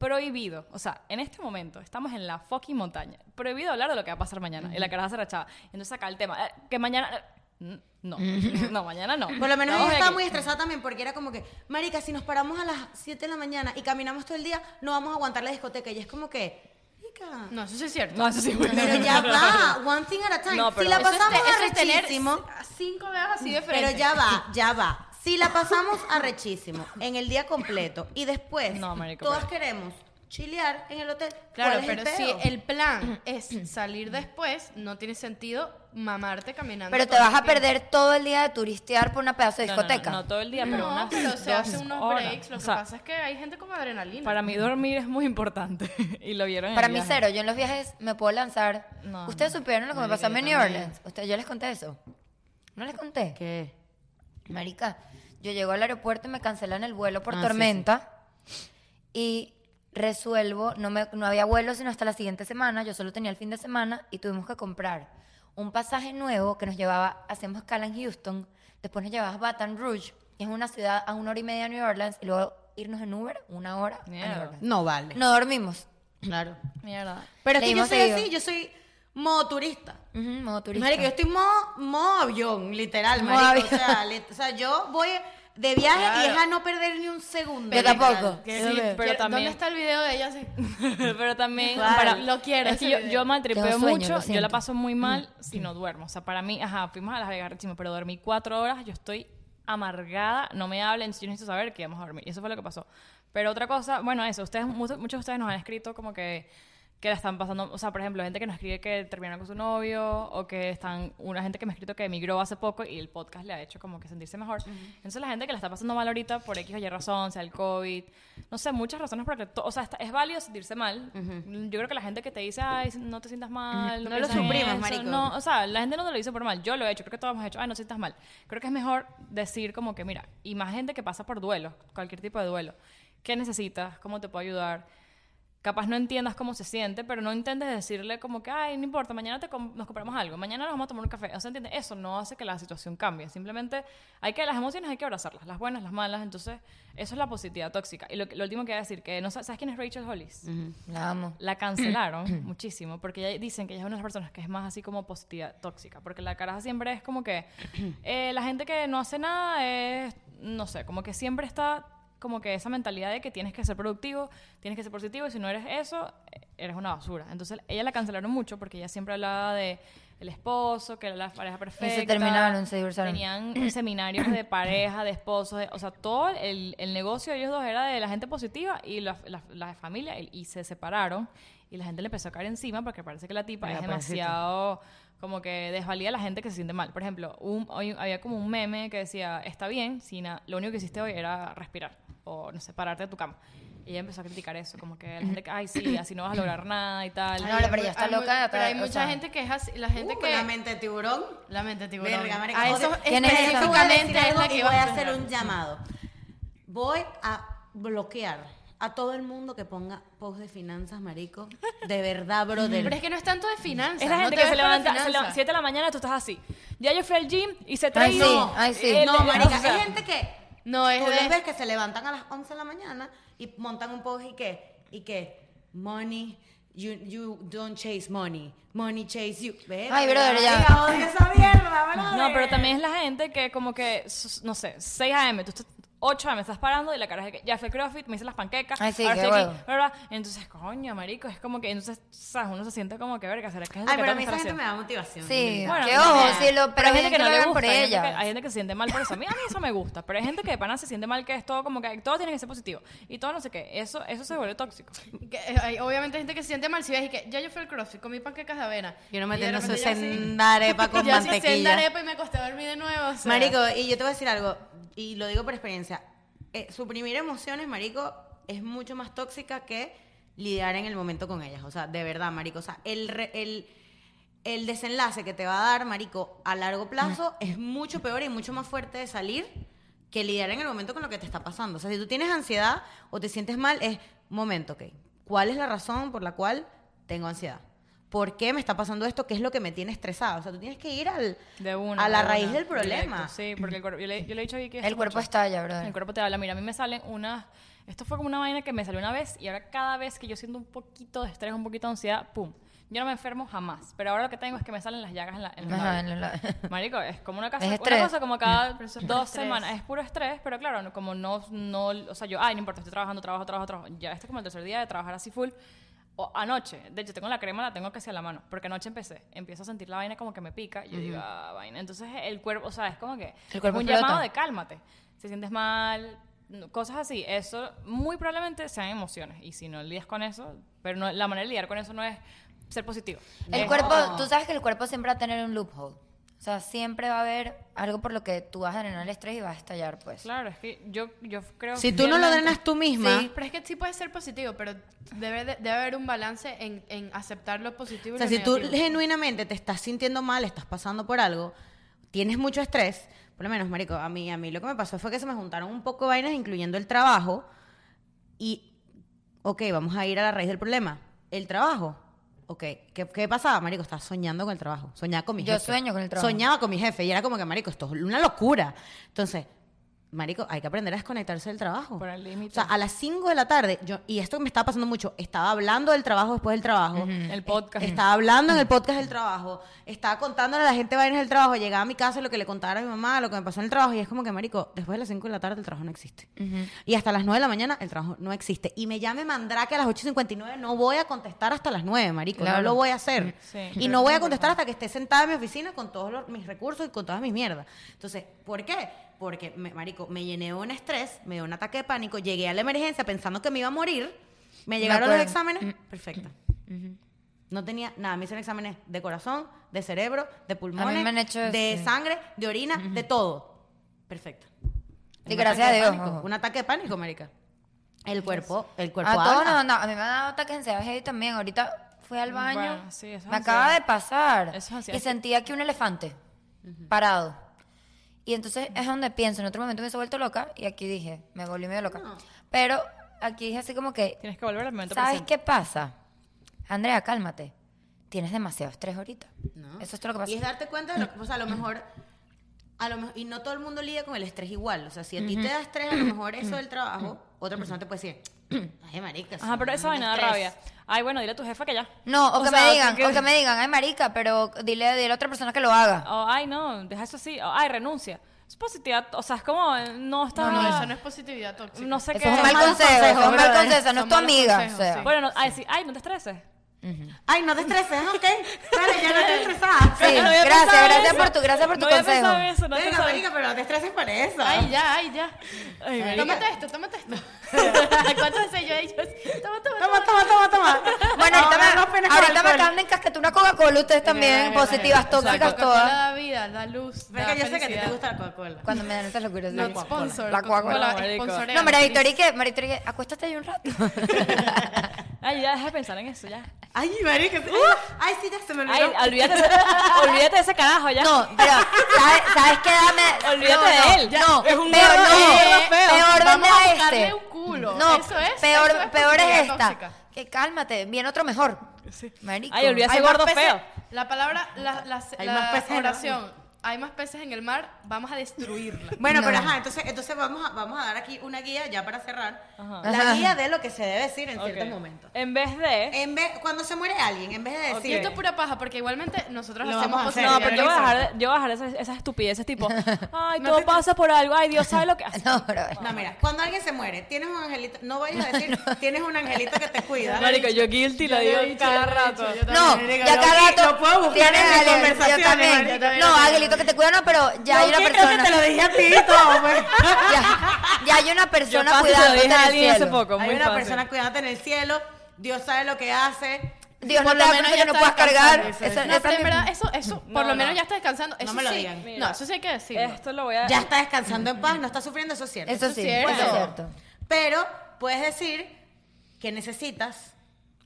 S3: Prohibido, o sea, en este momento estamos en la fucking montaña. Prohibido hablar de lo que va a pasar mañana, y la cara se rachaba. Entonces acá el tema, eh, que mañana. eh, no, no, mañana no.
S2: Por lo menos
S3: Vamos
S2: ella
S3: de
S2: estaba
S3: aquí.
S2: muy estresada también porque era como que, marica, si nos paramos a las 7 de la mañana y caminamos todo el día, no vamos a aguantar la discoteca. Y es como que, marica,
S1: No, eso sí es cierto.
S3: No, eso sí, bueno.
S2: pero ya va, one thing at a time.
S3: No,
S2: si
S3: pero
S2: la
S1: Eso es te-
S2: pasamos
S1: eso es tener
S2: arrechísimo,
S1: cinco veas así de frente.
S2: pero ya va, ya va. Si la pasamos arrechísimo en el día completo y después
S3: No, marico,
S2: todas
S3: pero-
S2: queremos chilear en el hotel,
S1: Claro,
S2: ¿cuál es
S1: pero
S2: el
S1: si
S2: peo?
S1: el plan es salir después, no tiene sentido mamarte caminando.
S4: Pero te
S1: todo
S4: vas a
S1: el tiempo.
S4: perder todo el día de turistear por una pedazo de
S3: No, no, no,
S4: discoteca.
S3: No, todo el día, pero
S1: No,
S3: unas
S1: pero se hace
S3: dos
S1: unos
S3: horas.
S1: breaks. Lo
S3: O
S1: que
S3: sea,
S1: pasa es que hay gente con adrenalina.
S3: Para mí dormir es muy importante, y lo vieron en el
S4: Para mí
S3: viaje.
S4: cero, yo en los viajes me puedo lanzar.
S3: No,
S4: Ustedes supieron lo que me
S2: Marica,
S4: pasó
S2: yo
S4: en New
S2: también.
S4: Orleans. Usted- yo les conté eso. ¿No les conté?
S2: ¿Qué?
S4: Marica, yo llego al aeropuerto y me cancelan el vuelo por
S2: Ah, sí,
S4: tormenta. Y resuelvo, no, me, no había vuelo sino hasta la siguiente semana, yo solo tenía el fin de semana y tuvimos que comprar un pasaje nuevo que nos llevaba, hacemos escala en Houston, después nos llevaba a Baton Rouge, que es una ciudad a una hora y media de New Orleans, y luego irnos en Uber una hora a New
S3: Mierda.
S4: Orleans.
S2: No vale.
S4: No dormimos.
S2: Claro.
S3: Mierda.
S2: Pero es que yo
S4: Leímos
S2: soy
S4: seguido.
S2: así, yo soy modo turista.
S4: Ujú, modo turista.
S2: Marica, yo estoy modo, modo avión, literal,
S4: Modo
S2: marica. O
S4: avión.
S2: sea, lit- o sea, yo voy de viaje y es a no perder ni un segundo.
S4: Yo
S2: literal.
S4: tampoco.
S1: Que
S3: Sí,
S1: sí,
S3: pero
S1: quiero-
S3: también-
S1: ¿Dónde está el video de ella? Sí.
S3: pero también
S1: Claro,
S3: para-
S1: lo quiero
S3: es que
S1: ese
S3: yo,
S1: video.
S3: yo maltripeo
S4: Tengo sueño, lo
S3: mucho yo la
S4: siento.
S3: paso muy mal si no duermo o sea para mí ajá fuimos a Las Vegas rechísimo, pero dormí cuatro horas yo estoy amargada no me hablen yo necesito saber que íbamos a dormir y eso fue lo que pasó pero otra cosa bueno eso ustedes muchos, muchos de ustedes nos han escrito como que que la están pasando, o sea, por ejemplo, gente que nos escribe que terminaron con su novio o que están, una gente que me ha escrito que emigró hace poco y el podcast le ha hecho como que sentirse mejor. Entonces la gente que la está pasando mal ahorita por X o Y razón, sea el COVID, no sé, muchas razones por las que, to- o sea, está- es válido sentirse mal. Yo creo que la gente que te dice, ay, no te sientas mal, no,
S2: No lo
S3: pienses en
S2: suprimas,
S3: eso",
S2: marico.
S3: No, o sea, la gente no te lo dice por mal, yo lo he hecho, creo que todos hemos hecho, ay, no te sientas mal. Creo que es mejor decir como que, mira, y más gente que pasa por duelo, cualquier tipo de duelo. ¿Qué necesitas? ¿Cómo te puedo ayudar? capaz no entiendas cómo se siente, pero no intentes decirle como que, ay, no importa, mañana te com- nos compramos algo, mañana nos vamos a tomar un café. O sea, ¿entiendes? Eso no hace que la situación cambie. Simplemente hay que, las emociones hay que abrazarlas, las buenas, las malas. Entonces, eso es la positividad tóxica. Y lo, que- lo último que voy a decir, que no sa- ¿sabes quién es Rachel Hollis?
S4: La amo.
S3: La cancelaron muchísimo, porque ella- dicen que ella es una de las personas que es más así como positiva, tóxica, porque la caraja siempre es como que eh, la gente que no hace nada es, no sé, como que siempre está como que esa mentalidad de que tienes que ser productivo, tienes que ser positivo, y si no eres eso, eh, eres una basura. Entonces, ella la cancelaron mucho porque ella siempre hablaba de el esposo, que era la pareja perfecta.
S4: terminaron, se divorciaron.
S3: Tenían seminarios de pareja, de esposos, de- o sea, todo el, el negocio de ellos dos era de la gente positiva y la, la- la familia, y, y se separaron. Y la gente le empezó a caer encima porque parece que la tipa es demasiado como que desvalida a la gente que se siente mal. Por ejemplo, un- hoy había como un meme que decía, está bien, si na- lo único que hiciste hoy era respirar o, no sé, pararte de tu cama. Y ella empezó a criticar eso, como que la gente, que, ay, sí, así no vas a lograr nada y tal.
S4: Ah, no, pero ella está
S1: Hay mu-
S4: loca de
S1: Pero hay
S4: atrás, o
S1: mucha
S4: sea.
S1: gente que es así. La gente
S2: Uh,
S1: que.
S2: la mente de tiburón.
S1: la mente tiburón.
S2: Verga, marica,
S1: a
S2: odio-
S1: eso
S4: ¿Quién es esa?
S2: Yo voy a decir
S1: específicamente es
S2: algo
S1: la
S2: y
S1: que
S2: voy
S1: iba
S2: a hacer un llamado. Voy a bloquear a todo el mundo que ponga post de finanzas, marico. De verdad, brother.
S1: Pero es que no es tanto de finanzas.
S3: Es la
S1: no
S3: gente
S1: te
S3: que se
S1: ves para
S3: levanta a las
S1: finanzas.
S3: 7 de la mañana, tú estás así. Ya yo fui al gym, hice
S4: Ay,
S3: tres.
S4: sí, ay, sí.
S2: Eh, No, marica,
S3: o sea,
S2: hay gente que
S1: No, es
S2: tú
S1: de-
S2: les ves que se levantan a las 11 de la mañana y montan un post y que y que money you, you don't chase money, money chase you. Verga,
S4: Ay, brother, ya.
S2: marica, odio esa mierda, brother.
S3: No, pero también es la gente que como que, s- no sé, 6 a.m., tú estás... 8 a.m. estás parando y la cara es que ya fui al CrossFit, me hice las panquecas,
S4: Ay, sí,
S3: ahora
S4: qué
S3: estoy aquí,
S4: huevo.
S3: ¿verdad? Entonces, coño, marico, es como que, entonces, ¿sabes? Uno se siente como que, verga, ¿será que es lo
S2: Ay,
S3: que
S2: pero a
S3: tengo
S2: mí esa
S3: que estar
S2: gente me
S3: haciendo?
S2: da motivación.
S4: Sí,
S2: mira.
S3: Bueno,
S4: que
S3: no
S4: ojo,
S2: nada.
S4: sí, lo,
S3: Pero hay gente que no le
S4: hagan
S3: gusta.
S4: por
S3: hay, gente
S4: ella.
S3: que, hay gente que se siente mal por eso. A mí, a mí eso me gusta. Pero hay gente que de pana se siente mal que es todo como que todo tiene que ser positivo. Y todo no sé qué. Eso, eso se vuelve tóxico.
S1: que, eh, hay, obviamente gente que se siente mal si ves y que ya yo fui al crossfit, comí panquecas de avena.
S2: Yo no me
S1: Y de
S2: tengo
S1: repente yo así-
S2: sesenta arepa con
S1: yo así senda
S2: mantequilla.
S1: arepa y me acosté a dormir de nuevo. o sea.
S2: Marico, y yo te voy a decir algo, y lo digo por experiencia. Eh, suprimir emociones, Marico, es mucho más tóxica que lidiar en el momento con ellas. O sea, de verdad, Marico. O sea, el, re- el, el desenlace que te va a dar, Marico, a largo plazo es mucho peor y mucho más fuerte de salir que lidiar en el momento con lo que te está pasando. O sea, si tú tienes ansiedad o te sientes mal, es momento, ok. ¿Cuál es la razón por la cual tengo ansiedad? ¿Por qué me está pasando esto? ¿Qué es lo que me tiene estresada? O sea, tú tienes que ir al,
S3: De una.
S2: a la
S3: de
S2: raíz
S3: una,
S2: del problema.
S3: directo. Sí, porque el cuerpo. Yo le, yo le he dicho a Vicky esto
S4: El cuerpo
S3: mucho.
S4: estalla, brother.
S3: El cuerpo te habla. Mira, a mí me salen unas. Esto fue como una vaina que me salió una vez y ahora cada vez que yo siento un poquito de estrés, un poquito de ansiedad, ¡pum! Yo no me enfermo jamás. Pero ahora lo que tengo es que me salen las llagas en la. En los
S4: Ajá,
S3: labios.
S4: en la-
S3: Marico, es como una, casa,
S4: Es
S3: una
S4: estrés.
S3: cosa como cada
S1: Mm. eso
S3: dos
S1: es estrés.
S3: semanas. Es puro estrés, pero claro, no- como no, no, o sea, yo, ay, no importa, estoy trabajando, trabajo, trabajo, trabajo. Ya este es como el tercer día de trabajar así full. O anoche, de hecho, tengo la crema, la tengo casi a la mano, porque anoche empecé. Empiezo a sentir la vaina como que me pica. Y yo digo, ah, vaina. Entonces el cuerpo, o sea, es como que
S4: El cuerpo
S3: un
S4: explota.
S3: llamado de cálmate. Si sientes mal, no- cosas así. Eso muy probablemente sean emociones. Y si no lidias con eso, pero no- la manera de lidiar con eso no es ser positivo.
S4: El
S3: Es-
S4: cuerpo, tú sabes que el cuerpo siempre va a tener un loophole. O sea, siempre va a haber algo por lo que tú vas a drenar el estrés y vas a estallar, pues.
S3: Claro, es que yo, yo creo
S2: Si tú no lo
S3: fielmente-
S2: drenas tú misma,
S1: Sí, pero es que sí puede ser positivo, pero debe, de- debe haber un balance en, en aceptar lo positivo.
S2: o
S1: y
S2: sea,
S1: lo
S2: si tú
S1: negativo.
S2: genuinamente te estás sintiendo mal, estás pasando por algo, tienes mucho estrés, por lo menos, marico, a mí, a mí lo que me pasó fue que se me juntaron un poco de vainas, incluyendo el trabajo, y, ok, vamos a ir a la raíz del problema, el trabajo. Ok, ¿Qué, ¿qué pasaba, marico? Estaba soñando con el trabajo, soñaba con mi
S4: Yo
S2: jefe.
S4: sueño con el trabajo.
S2: Soñaba con mi jefe y era como que, marico, esto es una locura. Entonces, marico, hay que aprender a desconectarse del trabajo.
S3: Por el límite.
S2: O sea, a las 5 de la tarde, yo, y esto me estaba pasando mucho, estaba hablando del trabajo después del trabajo.
S3: El podcast.
S2: Es- Estaba hablando en el podcast del trabajo, estaba contándole a la gente vainas del trabajo, llegaba a mi casa lo que le contaba a mi mamá, lo que me pasó en el trabajo, y es como que, marico, después de las 5 de la tarde el trabajo no existe. Y hasta las 9 de la mañana el trabajo no existe. Y me llame Mandrake a las 8.59, no voy a contestar hasta las 9, marico, no
S4: Claro.
S2: lo voy a hacer.
S3: Sí.
S2: Y no voy a contestar hasta que esté sentada en mi oficina con todos los- mis recursos y con todas mis mierdas. Entonces, ¿por qué? Porque, me- marico, me llené de un estrés, me dio un ataque de pánico, llegué a la emergencia pensando que me iba a morir, me llegaron los
S4: acuerdo.
S2: exámenes, perfecta. No tenía nada. Me hicieron exámenes de corazón, de cerebro, de pulmones,
S4: me han hecho
S2: de
S4: ese.
S2: sangre, de orina, de todo. Perfecto.
S4: Y
S2: Un
S4: gracias a
S2: ataque de
S4: Dios. Ah,
S2: pánico,
S4: ojo.
S2: Un ataque de pánico, marica. El cuerpo, el cuerpo
S4: A todos
S2: habla.
S4: nos han dado- a mí me han dado ataques de ansiedad heavy también. Ahorita fui al baño,
S3: Bueno, sí, eso es
S4: me acaba
S3: ansiedad.
S4: de pasar
S3: Eso es ansiedad.
S4: y sentí aquí un elefante parado. Y entonces es donde pienso, en otro momento me hubiese vuelto loca y aquí dije, me volví medio loca. Pero aquí dije así como que,
S3: Tienes que volver al momento
S4: ¿Sabes
S3: presente.
S4: qué pasa? Andrea, cálmate. Tienes demasiado estrés ahorita.
S2: ¿no?
S4: Eso es todo lo que
S2: Y es
S4: pasa.
S2: darte cuenta de lo que, o sea, a lo mejor, a lo mejor, y no todo el mundo lidia con el estrés igual. O sea, si a ti te da estrés, a lo mejor eso del trabajo, otra persona te puede decir, ay, marica.
S3: Ajá, pero esa vaina da
S2: estrés".
S3: rabia. Ay, bueno, dile a tu jefa que ya.
S4: Ah, No, o, que
S3: sea,
S4: me digan,
S3: que-
S4: o que me digan, ay marica, pero dile, dile a otra persona que lo haga.
S3: o, ay, no, deja eso así. o, ay, renuncia. Es positiva. O sea, es como, eh, no está...
S1: No, no, eso
S3: No,
S1: no es positividad tóxica.
S3: sé
S4: Eso
S3: qué.
S4: es un mal
S2: malos
S4: consejo, eso es
S2: consejos,
S4: un mal
S2: brother.
S4: consejo, no
S1: Son
S4: es tu
S1: malos
S4: amiga.
S1: consejos,
S4: o sea.
S1: sí.
S3: Bueno, no, ay, sí, ay, no te estreses.
S2: Ay, no te estreses, ok. Dale, ya no te estresas.
S4: Sí,
S3: No había
S4: gracias,
S3: pensado
S4: gracias
S3: eso.
S4: por tu- gracias por tu
S3: no había
S4: consejo.
S3: pensado eso, no te
S2: Venga,
S3: sabes.
S2: marica, pero no te estreses por eso.
S1: Ay, ya, ay, ya.
S3: Ay, marica.
S1: Tómate esto, tómate esto. ¿Cuánto sé yo? ahí? Yo- Toma, toma,
S2: Toma, toma, toma, toma.
S4: Bueno,
S2: Vamos a
S4: ahorita,
S2: ver
S4: me,
S2: los penes con
S4: ahorita me
S2: alcohol.
S4: acaban de encasquetar una Coca-Cola ustedes también, positivas, tóxicas
S1: La
S4: todas.
S1: da vida, da luz.
S2: Venga,
S1: da
S2: yo sé que a ti
S1: felicidad.
S2: te gusta la Coca-Cola.
S4: Cuando me dan esas locuras.
S1: Not
S4: sí.
S1: sponsor.
S4: La Coca-Cola.
S1: Coca-Cola,
S3: marico.
S1: sponsorea,
S4: No, María
S1: please.
S4: Victoria, ¿y ¿qué? María Victoria, ¿qué? acuéstate ahí un rato.
S3: Ay, ya deja de pensar en eso, ya.
S2: Ay, marica. sí. Ay, sí, ya se me
S3: Ay,
S2: olvidó.
S3: olvídate, de ese- olvídate de ese carajo, ya.
S4: No, pero, ¿sabes, ¿sabes qué? Dame.
S3: Olvídate
S4: no,
S3: de
S4: no,
S3: él, ya.
S4: No,
S3: Es un
S4: peor,
S3: gordo, es
S4: no,
S3: un gordo
S4: peor,
S3: feo.
S1: Vamos
S4: dame
S1: a
S4: a
S1: buscarle
S4: este.
S1: un culo.
S4: No,
S1: Eso es-
S4: peor,
S1: eso es
S4: peor es
S1: positividad
S4: esta.
S1: tóxica.
S4: Que cálmate, viene otro mejor. Marico.
S3: Ay, olvídate
S1: Hay
S3: ese
S1: más
S3: gordo
S1: peces-
S3: feo.
S1: La palabra, la, la,
S2: Hay
S1: la
S2: más peces en el
S1: oración. Hay más peces en el mar, vamos a destruirla.
S2: Bueno, pero
S4: No.
S2: ajá, entonces, entonces vamos, a, vamos a dar aquí una guía ya para cerrar.
S3: Ajá.
S2: La
S4: Ajá.
S2: guía de lo que se debe decir en
S3: Ok.
S2: ciertos momentos.
S3: En vez de.
S2: En vez, cuando se muere alguien, en vez de
S3: Ok.
S1: Y
S2: decir...
S1: esto es pura paja, porque igualmente nosotros
S2: Lo
S1: hacemos
S2: vamos a hacer.
S1: cosas.
S3: No,
S2: sí, sí,
S3: pero yo voy a
S2: exacto.
S3: dejar, de- yo voy a dejar esas, esas estupideces tipo, ay,
S2: No
S3: todo
S2: te-
S3: pasa por algo, ay, Dios sabe lo que hace.
S4: No, pero.
S2: No, mira, cuando alguien se muere, tienes un angelito, no vayas a decir, tienes un angelito que te cuida.
S3: Marico, yo guilty lo
S1: Yo
S3: digo
S1: lo he dicho,
S3: cada
S1: yo lo he
S3: rato.
S1: dicho, yo
S4: No,
S1: también.
S2: Marica,
S4: ya
S2: lo
S4: cada
S2: vi-
S4: rato.
S2: lo puedo buscar
S4: tienes
S2: en mis
S4: algo,
S2: conversaciones,
S4: Yo también.
S2: marica, yo también
S4: no,
S2: lo tengo.
S4: Aguilito, que te cuida, no, pero ya hay una
S2: Yo creo que
S4: persona.
S2: te lo dije a ti, todo, pues. güey.
S4: Ya, ya hay una
S3: Yo
S4: persona
S3: paso y se lo
S4: cuidándote en
S3: dije a
S4: el
S3: alguien hace
S4: cielo.
S3: poco, muy
S2: Hay una
S3: fácil.
S2: persona cuidándote en el cielo, Dios sabe lo que hace.
S4: Dios
S1: Por
S4: no
S1: lo
S4: te
S1: menos
S4: da
S1: ya
S4: cosas que
S1: está
S4: no puedas cargar.
S1: descansando.
S4: Esa-
S1: No,
S4: esa
S1: pero en
S4: mi-
S1: verdad, eso, eso por
S3: no.
S1: lo menos ya está descansando. Eso
S2: me lo
S1: sí.
S2: digan.
S1: No, eso sí hay que decirlo.
S3: Esto lo voy a.
S2: Ya está descansando en paz, no está sufriendo, eso es cierto.
S4: Eso sí,
S1: cierto.
S4: eso es cierto.
S2: Pero puedes decir que necesitas,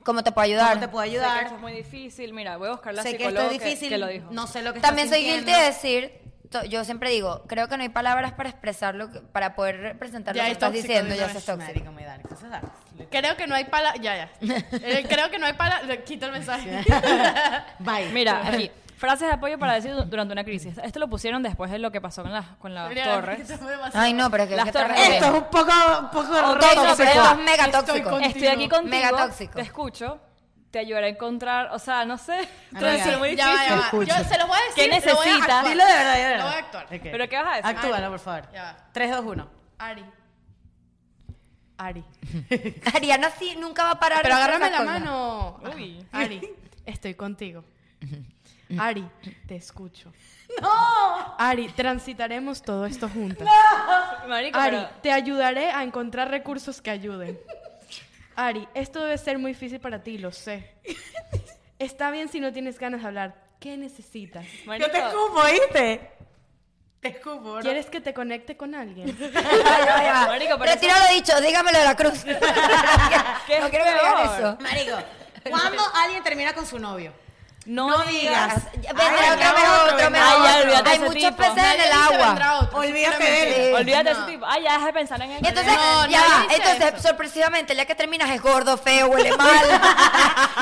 S4: ¿Cómo te puedo ayudar?
S2: cómo te puedo
S3: Sé que
S2: ayudar.
S3: esto es muy difícil. Mira, voy a buscar la
S2: sé que esto
S3: psicóloga
S2: es difícil,
S3: que, lo dijo.
S2: no sé lo que
S4: También
S2: estás
S4: soy guilty
S2: sintiendo.
S4: de decir, to- yo siempre digo, creo que no hay palabras para expresar lo que, para poder representar
S1: Ya
S4: lo
S1: es
S4: que estás
S1: tóxico
S4: diciendo,
S1: de
S4: ya
S1: una
S4: eso es
S1: vez,
S4: tóxico.
S2: Marico, me da cosas dark.
S1: Creo que no hay pala. Ya, ya. Eh, Creo que no hay pala. le Quito el mensaje.
S2: Bye.
S3: Mira, aquí. Frases de apoyo para decir du- durante una crisis. Esto lo pusieron después de lo que pasó con las, con las
S1: Mira,
S3: torres.
S1: esto fue demasiado-
S4: Ay, no, pero que
S3: Las
S4: que
S3: torres.
S4: terrible.
S2: Esto es un poco, un poco
S3: Ok,
S2: roto,
S4: no, pero
S2: chico.
S4: esto es mega
S1: Estoy
S4: tóxico.
S1: con-
S3: Estoy aquí contigo.
S4: Mega tóxico.
S3: Te escucho. Te ayudaré a encontrar, o sea, no sé.
S2: Amiga,
S3: Debe ser muy
S1: Ya va,
S3: difícil.
S1: ya va. Yo se los voy a decir.
S3: ¿Qué
S1: lo voy a
S3: necesitas?
S1: actuar.
S2: Dilo de verdad, de verdad.
S1: Lo voy a actuar.
S2: Ok.
S3: ¿Pero qué vas a decir?
S2: Actúalo, por favor.
S1: Ya va.
S2: 3, 2, 1.
S1: Ari. Ari.
S4: Ariana sí nunca va a parar.
S1: Pero
S4: de hacer
S1: agárrame la
S4: esas cosas.
S1: mano.
S3: Uy.
S1: Ajá. Ari, estoy contigo. Ari, te escucho.
S2: ¡No!
S1: Ari, transitaremos todo esto juntas.
S3: Marico,
S1: Ari,
S3: pero-
S1: te ayudaré a encontrar recursos que ayuden. Ari, esto debe ser muy difícil para ti, lo sé. Está bien si no tienes ganas de hablar. ¿Qué necesitas?
S3: Marico,
S2: Yo te escupo, ¿oíste? Te escupo, bro.
S1: ¿Quieres que te conecte con alguien?
S4: Ya va, ya va.
S3: Marico, pero
S4: Retiro lo dicho, dígamelo de la cruz. no quiero- no
S3: es
S4: quiero que me digan
S3: peor?
S4: eso.
S2: Marico, ¿cuándo alguien termina con su novio?
S3: no,
S2: No
S3: digas.
S2: digas.
S4: Vendrá
S2: Ay,
S4: otro
S2: no,
S4: mejor, otro
S2: no,
S4: mejor.
S3: ya, olvídate de
S4: Hay
S3: ese
S4: muchos
S3: tipo.
S4: peces en
S1: Nadie
S4: el
S1: dice vendrá
S4: agua.
S1: otro,
S2: Olvídate
S1: seguramente.
S2: de él.
S3: Olvídate de
S1: No.
S3: ese tipo. Ay, ya deja de pensar en eso.
S4: Y entonces,
S1: No,
S4: ya
S1: nadie
S4: va.
S1: dice
S4: Entonces,
S1: eso.
S4: sorpresivamente, el día que terminas es gordo, feo, huele mal.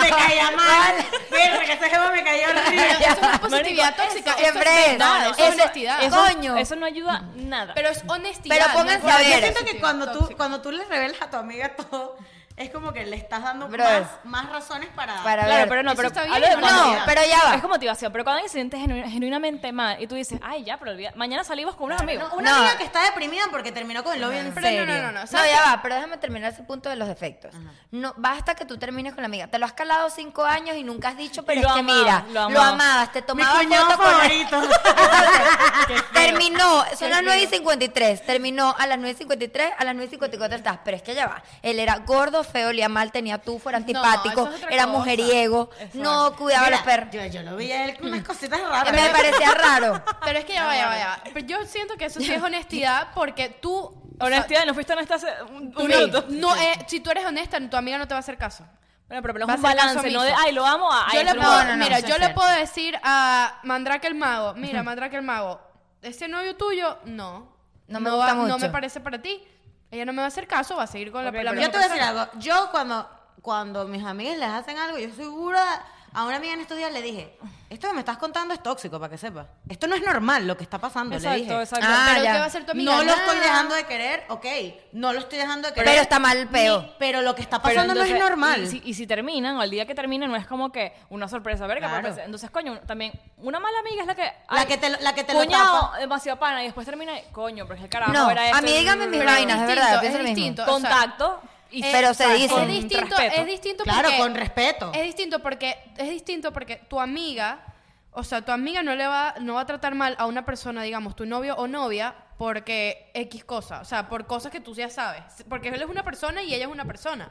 S2: Me caía mal. Verga, que ese jefe me cayó
S1: Pero
S2: horrible.
S1: eso es una positividad
S3: Marico,
S1: tóxica. esto
S4: Siempre
S1: es.
S4: es.
S1: verdad, eso es honestidad.
S3: eso,
S4: Coño.
S3: Eso no ayuda nada.
S1: Pero es honestidad.
S4: Pero
S1: ¿no?
S4: pónganse
S1: Porque
S4: a
S1: yo
S4: ver.
S1: siento
S2: Siento que cuando tú, cuando tú le revelas a tu amiga todo, es como que le estás dando
S4: Brother.
S2: más, más razones para...
S4: Para
S3: claro,
S4: ver.
S3: pero no,
S1: eso
S3: pero
S1: está bien,
S3: hablo de
S1: ¿no?
S3: cuando-
S4: No, pero ya va.
S3: Es como motivación, pero cuando alguien se siente genu- genuinamente mal y tú dices, ay, ya, pero olvida- mañana salimos con unos amigos.
S2: No, una
S4: No.
S2: amiga que está deprimida porque terminó con el novio en
S1: Pero no,
S2: serio.
S1: no, no, no.
S4: No,
S1: ¿sabes
S4: ya va, pero déjame terminar ese punto de los defectos. No, basta que tú termines con la amiga. Te lo has calado cinco años y nunca has dicho, pero
S3: lo
S4: es que
S3: amabas,
S4: mira,
S3: lo
S4: lo,
S3: amabas.
S4: amabas, te
S2: Mi
S4: tomabas
S2: cuñado
S4: foto con él.
S2: favorito.
S4: Terminó, son las 9 y 53, terminó a las 9 y 53, a las 9 y 54 estás, pero es que ya va, él era gordo, feo, olía mal, tenía tufo, era antipático,
S1: eso es otra
S4: era
S1: cosa.
S4: mujeriego, no cuidaba a
S2: Mira,
S4: los perros,
S2: Yo, yo lo vi a él con unas cositas
S4: que
S2: raras.
S4: me parecía raro.
S1: Pero es que ya va, ya va, ya va. Pero yo siento que eso sí es honestidad porque tú...
S3: Honestidad, no fuiste honesta hace un,
S1: tú
S3: un
S1: no-
S3: minuto.
S1: no, eh, si tú eres honesta, tu amiga no te va a hacer caso.
S3: Bueno, pero, pero
S1: Va
S3: es
S1: a
S3: un
S1: ser caso
S3: balance, no de,
S1: omiso.
S3: ay, lo amo a...
S1: yo
S3: ay,
S1: le
S3: no,
S1: puedo,
S3: no, no.
S1: mira,
S2: eso
S1: yo
S2: es
S1: le
S2: cierto.
S1: puedo decir a Mandrake el mago, mira, Mandrake el mago, ese novio tuyo, no.
S4: No me gusta
S1: No
S4: mucho.
S1: me parece para ti. Ella no me va a hacer caso, va a seguir con la
S3: Ok,
S1: palabra.
S2: Yo
S3: pero
S2: te voy a decir algo. Yo cuando, cuando mis amigas les hacen algo, yo soy burda. A una amiga en estos días le dije, esto que me estás contando es tóxico, para que sepas. Esto no es normal lo que está pasando, le dije.
S3: Exacto, exacto.
S4: Ah,
S1: Pero
S4: ya.
S1: ¿qué va a hacer tu amiga?
S2: No lo
S1: Nada.
S2: estoy dejando de querer, ok. No lo estoy dejando de querer.
S4: Pero está mal peo.
S2: Ni- Pero lo que está
S3: Pero
S2: pasando no es
S3: entonces,
S2: normal.
S3: Y si, y si terminan, o el día que terminan, no es como que una sorpresa, verga.
S2: Claro.
S3: porque- entonces, coño, también una mala amiga es la que.
S2: La que te lo- la que te lo
S3: cuñado, eh,
S2: tapa.
S3: demasiado pana, y después termina, coño, pero es el carajo.
S4: No,
S3: era esto,
S4: a mí díganme mis
S3: pero-
S4: vainas, de
S1: distinto,
S4: verdad,
S1: es
S4: pienso lo mismo.
S1: distinto. o sea,
S3: Contacto. Y
S4: Eh, pero se
S3: o sea,
S4: dice.
S3: con
S4: Es
S1: distinto,
S3: respeto.
S1: es distinto
S2: Claro,
S1: porque-
S2: con respeto.
S1: Es distinto porque es distinto porque tu amiga, o sea, tu amiga no le va no va a tratar mal a una persona, digamos, tu novio o novia porque X cosa, o sea, por cosas que tú ya sabes, porque él es una persona y ella es una persona.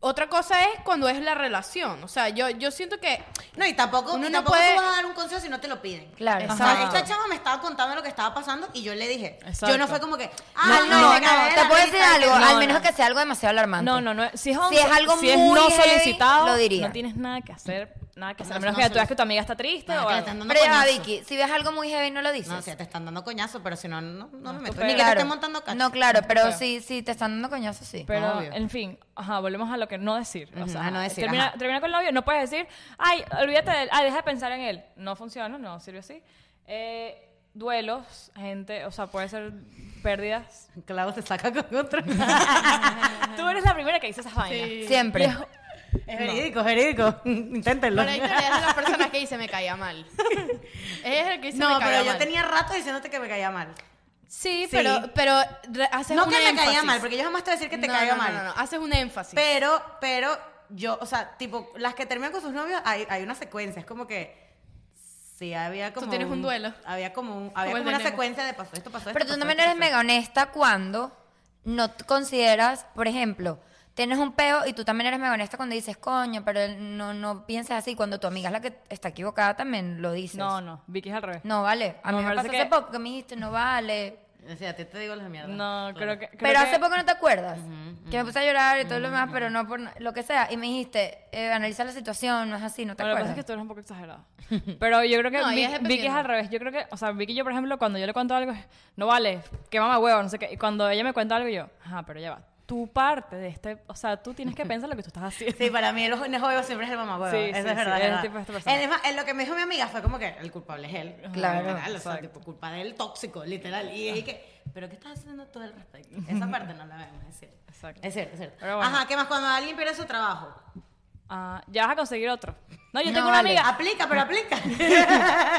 S1: Otra cosa es cuando es la relación, o sea, yo yo siento que
S2: No, y tampoco,
S1: Uno
S2: y
S1: no
S2: tampoco
S1: puede-
S2: tú vas a dar un consejo si no te lo piden.
S4: Claro.
S2: O sea,
S3: Ajá.
S2: esta chama me estaba contando lo que estaba pasando y yo le dije.
S3: Exacto.
S2: Yo no fue como que. Ah,
S4: No,
S2: no,
S4: no,
S2: me cagué
S4: no,
S2: la
S4: te
S2: risa,
S4: puedo decir algo,
S2: que-
S3: no,
S4: al
S3: no.
S4: menos que sea algo demasiado alarmante.
S3: No, no, no. Si es, un-
S4: Si es algo
S3: si es
S4: muy
S3: no
S4: heavy,
S3: solicitado,
S4: lo diría.
S3: no tienes nada que hacer. Nada que hacer. A
S2: No,
S3: menos
S2: no
S3: que tú veas
S2: solic-
S3: que tu amiga está triste
S2: Bueno,
S3: o
S2: que le
S3: algo.
S2: están dando
S4: Pero ya va,
S2: coñazo.
S4: Vicky, si ves algo muy heavy, no lo dices.
S2: No, si te están dando coñazo, pero si no, no, no me meto.
S3: tú
S2: Ni que
S3: pegas.
S2: te estén montando cacho.
S4: No, claro, pero
S3: Pero-
S4: si, si te están dando coñazos, sí.
S3: Pero,
S2: Obvio.
S3: en fin, ajá, volvemos a lo que no decir. O
S2: Ujú,
S3: sea,
S2: a no decir,
S3: termina,
S2: ajá.
S3: termina con el novio, no puedes decir, ay, olvídate de él, ay, deja de pensar en él. No funciona, no sirve así. Eh, duelos, gente, o sea, puede ser pérdidas.
S2: Claro, se saca con otro.
S3: Tú eres la primera que dice esas vainas.
S4: Siempre.
S2: es verídico, es verídico. Inténtenlo.
S1: por ahí te veas a las personas que dice me caía mal. Ella es el que dice
S2: No,
S1: me caía
S2: pero yo
S1: mal.
S2: tenía rato diciéndote que me caía mal.
S1: Sí,
S2: Sí.
S1: pero pero re- haces
S2: No
S1: un
S2: que me caía
S1: énfasis.
S2: mal, porque yo jamás te voy a decir que te
S1: No,
S2: caiga
S1: no,
S2: mal.
S1: No, no, no, haces un énfasis.
S2: Pero, pero yo, o sea, tipo, las que terminan con sus novios, hay, hay una secuencia. Es como que. Sí, había como.
S1: tienes un duelo.
S2: Había como, un- había
S1: Como el
S2: como
S1: de
S2: una
S1: Nemo.
S2: secuencia de pasó esto, pasó esto.
S4: Pero tú
S2: pasó
S4: también
S2: esto, pasó
S4: eres mega honesta cuando no t- consideras, por ejemplo, tienes un peo y tú también eres mega honesta cuando dices, coño, pero él no, no piensas así. Cuando tu amiga es la que está equivocada, también lo dices.
S3: No, no, Vicky es al revés.
S4: No vale. A
S3: No,
S4: mí
S3: me
S4: me
S3: parece
S4: pasó hace
S3: que-
S4: poco que me dijiste, no vale.
S2: esto. O sea, a ti te digo las mierdas.
S3: No, creo que... creo
S4: pero hace
S3: que-
S4: poco no te acuerdas. Que me puse a llorar y todo lo demás, pero no por na- lo que sea. Y me dijiste, eh, analiza la situación, no es así, no te
S3: Bueno, lo que pasa
S4: acuerdas.
S3: es que tú eres un poco exagerado. Pero yo creo que
S1: No,
S3: Vi-
S1: ella es
S3: Vicky, es
S1: dependiente.
S3: al revés. Yo creo que, o sea, Vicky, yo, por ejemplo, cuando yo le cuento algo, es, no vale, que mama huevo, no sé qué. Y cuando ella me cuenta algo, yo, ajá, pero ya va. Tu parte de este, o sea, tú tienes que pensar lo que tú estás haciendo.
S2: Sí, para mí el ojo- el ojo huevo siempre es el mamá huevo.
S3: Sí,
S2: Eso
S3: sí,
S2: es
S3: sí,
S2: verdad.
S3: es el
S2: verdad.
S3: tipo de esta persona.
S2: Además, eh, lo que me dijo mi amiga fue como que el culpable es él.
S4: Claro.
S2: Literal, o sea, tipo, culpa de él tóxico, literal. Y es que, ¿pero qué estás haciendo tú al respecto? Esa parte no la vemos, es cierto.
S3: Exacto.
S2: Es cierto, es cierto.
S3: Pero bueno.
S2: Ajá, ¿qué más? Cuando alguien pierde su trabajo.
S3: Ah, ya vas a conseguir otro. No, yo
S4: No,
S3: tengo una
S4: vale.
S3: amiga.
S2: Aplica, pero aplica.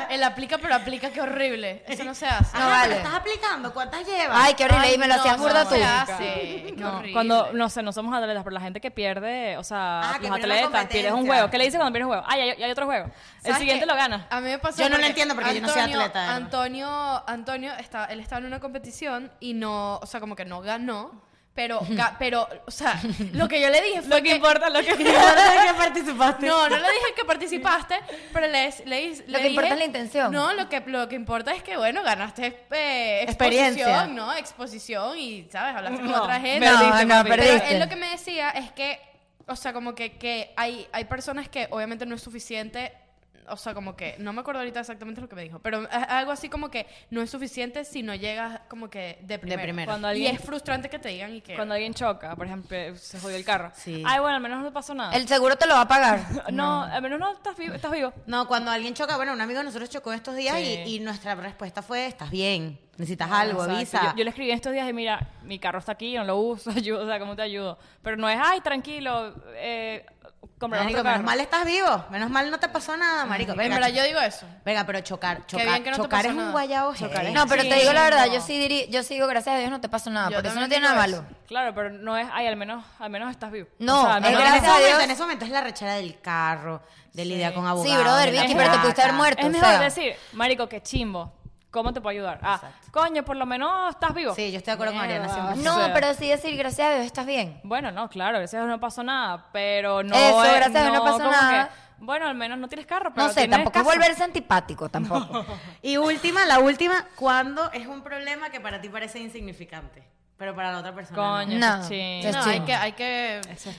S1: Él aplica, pero aplica, qué horrible. Eso no se hace.
S4: No
S2: Ajá, pero
S4: vale.
S2: ¿Estás aplicando? ¿Cuántas llevas?
S4: Ay, qué horrible.
S1: Ay,
S4: y me lo
S1: no,
S4: hacías
S1: no
S4: burda
S1: se
S4: tú.
S1: hace, Ah, qué
S3: No,
S1: horrible.
S3: cuando, no sé, no somos atletas, pero la gente que pierde, o sea,
S2: Ah, que
S3: los
S2: pierde una
S3: atletas, pierdes un
S2: competencia.
S3: juego. ¿Qué le dices cuando pierdes un juego? Ah, ya, ya hay otro juego. El
S1: ¿Sabes
S3: siguiente
S1: qué?
S3: lo gana.
S1: A mí me pasó
S2: Yo no lo
S1: porque
S2: entiendo porque yo no soy atleta, de verdad.
S1: Antonio, Antonio está, él estaba en una competición y no, o sea, como que no ganó, pero, ga- pero, o sea, lo que yo le dije fue
S3: Lo que importa, lo que
S2: ¿De qué participaste?
S1: No, no le dije que participaste, pero le, le, le
S4: Lo que
S1: dije-
S4: importa es la intención.
S1: No, lo que, lo que importa es que, bueno, ganaste eh,
S2: Experiencia.
S1: exposición, ¿no? Exposición y, ¿sabes? Hablaste con
S3: No,
S1: otra gente.
S4: No,
S3: Perdiste,
S4: no,
S3: papi.
S1: Pero
S4: perdiste.
S1: él lo que me decía es que, o sea, como que, que hay, hay personas que obviamente no es suficiente. O sea, como que, no me acuerdo ahorita exactamente lo que me dijo, pero a- algo así como que no es suficiente si no llegas como que de primera.
S2: primera.
S3: Cuando
S1: Y
S3: alguien-
S1: es frustrante que te digan y que...
S3: Cuando alguien choca, por ejemplo, se jodió el carro.
S2: Sí.
S3: Ay, bueno, al menos no pasó nada.
S4: El seguro te lo va a pagar.
S3: No, al menos no estás vivo. Estás vivo.
S2: No, cuando alguien choca, bueno, un amigo de nosotros chocó estos días
S3: Sí.
S2: y, y nuestra respuesta fue, estás bien, necesitas algo,
S3: Exacto.
S2: avisa.
S3: Yo, yo le escribí estos días y mira, mi carro está aquí, yo no lo uso, yo, o sea, ¿cómo te ayudo? Pero no es, ay, tranquilo, eh, comprar
S2: Marico,
S3: otro
S2: menos
S3: carro.
S2: mal estás vivo, menos mal no te pasó nada, marico.
S1: En
S2: Venga,
S1: verdad, yo digo eso.
S2: venga, pero chocar,
S1: Qué
S2: chocar,
S1: bien que no te
S2: chocar
S1: pasó
S2: es un
S1: nada.
S2: guayabo.
S3: Chocar
S2: heavy.
S3: es-
S4: No, pero
S3: Sí,
S4: te digo la verdad,
S1: no.
S4: yo sí diría, yo sí digo, gracias a Dios no te pasó nada,
S1: Yo
S4: porque eso no
S1: también
S4: tiene nada
S1: digo
S4: malo.
S1: eso.
S3: Claro, pero no es, ay, al menos, al menos estás vivo.
S4: No,
S3: al
S4: es
S2: No, en,
S3: menos-
S2: ese
S4: Gracias a
S2: momento,
S4: Dios.
S2: en ese momento es la rechera del carro, de lidiar con abogados.
S4: Sí, brother,
S2: de la
S4: Vicky, pero te
S2: plata.
S4: pudiste haber muerto.
S3: Es
S4: o
S3: mejor
S4: sea.
S3: decir, marico, qué chimbo, ¿cómo te puedo ayudar? Ah, coño, por lo menos estás vivo.
S2: Sí, yo estoy de acuerdo con Ariana,
S3: Mierda,
S2: 100%.
S3: o
S4: No,
S3: sea,
S4: pero sí decir, gracias a Dios estás bien.
S3: Bueno, no, claro, gracias a Dios no pasó nada, pero no
S4: Eso,
S3: es-
S4: gracias a Dios no pasó
S3: como
S4: nada.
S3: que, bueno, al menos no tienes carro, pero
S4: No sé,
S3: tienes
S4: tampoco es
S3: casa.
S4: volverse antipático, tampoco.
S2: Y última, la última, ¿cuándo es un problema que para ti parece insignificante? Pero para la otra persona. no?
S3: Coño,
S4: No,
S3: qué chimbo.
S4: qué
S1: No,
S4: chimbo.
S1: hay que, hay que...
S4: Eso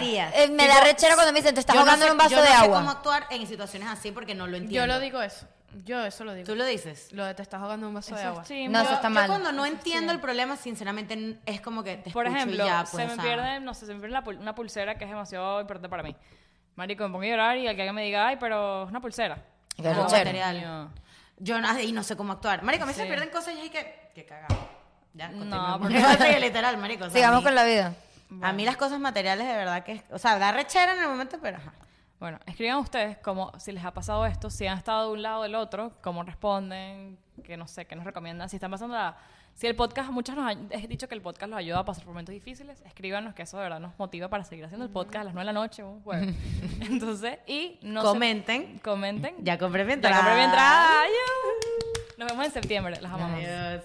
S2: dirías?
S4: eh, me da rechera cuando me dicen, te estás
S2: Yo no
S4: ahogando
S2: sé-
S4: en un vaso
S2: yo no
S4: de
S2: sé
S4: agua.
S2: cómo actuar en situaciones así porque no lo
S1: Yo
S2: entiendo.
S1: lo digo eso. Yo eso lo digo.
S2: Tú lo dices.
S1: Lo de te estás ahogando un vaso
S3: Eso
S1: de
S3: es
S1: agua.
S3: chimbo.
S4: No, eso está
S2: yo
S4: mal.
S2: cuando no entiendo el problema, sinceramente, n- es como que te
S3: Por
S2: escucho y
S3: ejemplo,
S2: ya, pues,
S3: se me
S2: ah.
S3: pierde, no sé, se me pierde la pul- una pulsera que es demasiado importante para mí. Marico, me pongo a llorar y al que alguien me diga, ay, pero es una pulsera.
S4: Qué
S2: Algo
S4: rechera.
S2: material.
S3: Coño.
S2: Yo no, y no sé cómo actuar. Marico, a mí se
S3: Sí.
S2: me pierden cosas y hay que... Qué cagado. Ya,
S3: No,
S2: continuamos.
S3: porque-
S2: Eso es literal, marico. o sea, a
S4: Sigamos
S2: mí-
S4: con la vida.
S2: A mí las cosas materiales de verdad que... es- O sea, da rechera en el momento, pero ajá.
S3: Bueno, escriban ustedes como si les ha pasado esto, si han estado de un lado o del otro, cómo responden, que no sé, qué nos recomiendan, si están pasando la... Si el podcast, muchas nos han he dicho que el podcast los ayuda a pasar por momentos difíciles, escríbanos que eso de verdad nos motiva para seguir haciendo el podcast a las 9 de la noche, un jueves. Entonces, y no se-
S2: Comenten.
S3: comenten.
S2: Ya compré mi
S3: Ya compré mi
S2: entrada.
S3: entrada. Nos vemos en septiembre, las amamos.
S2: Adiós.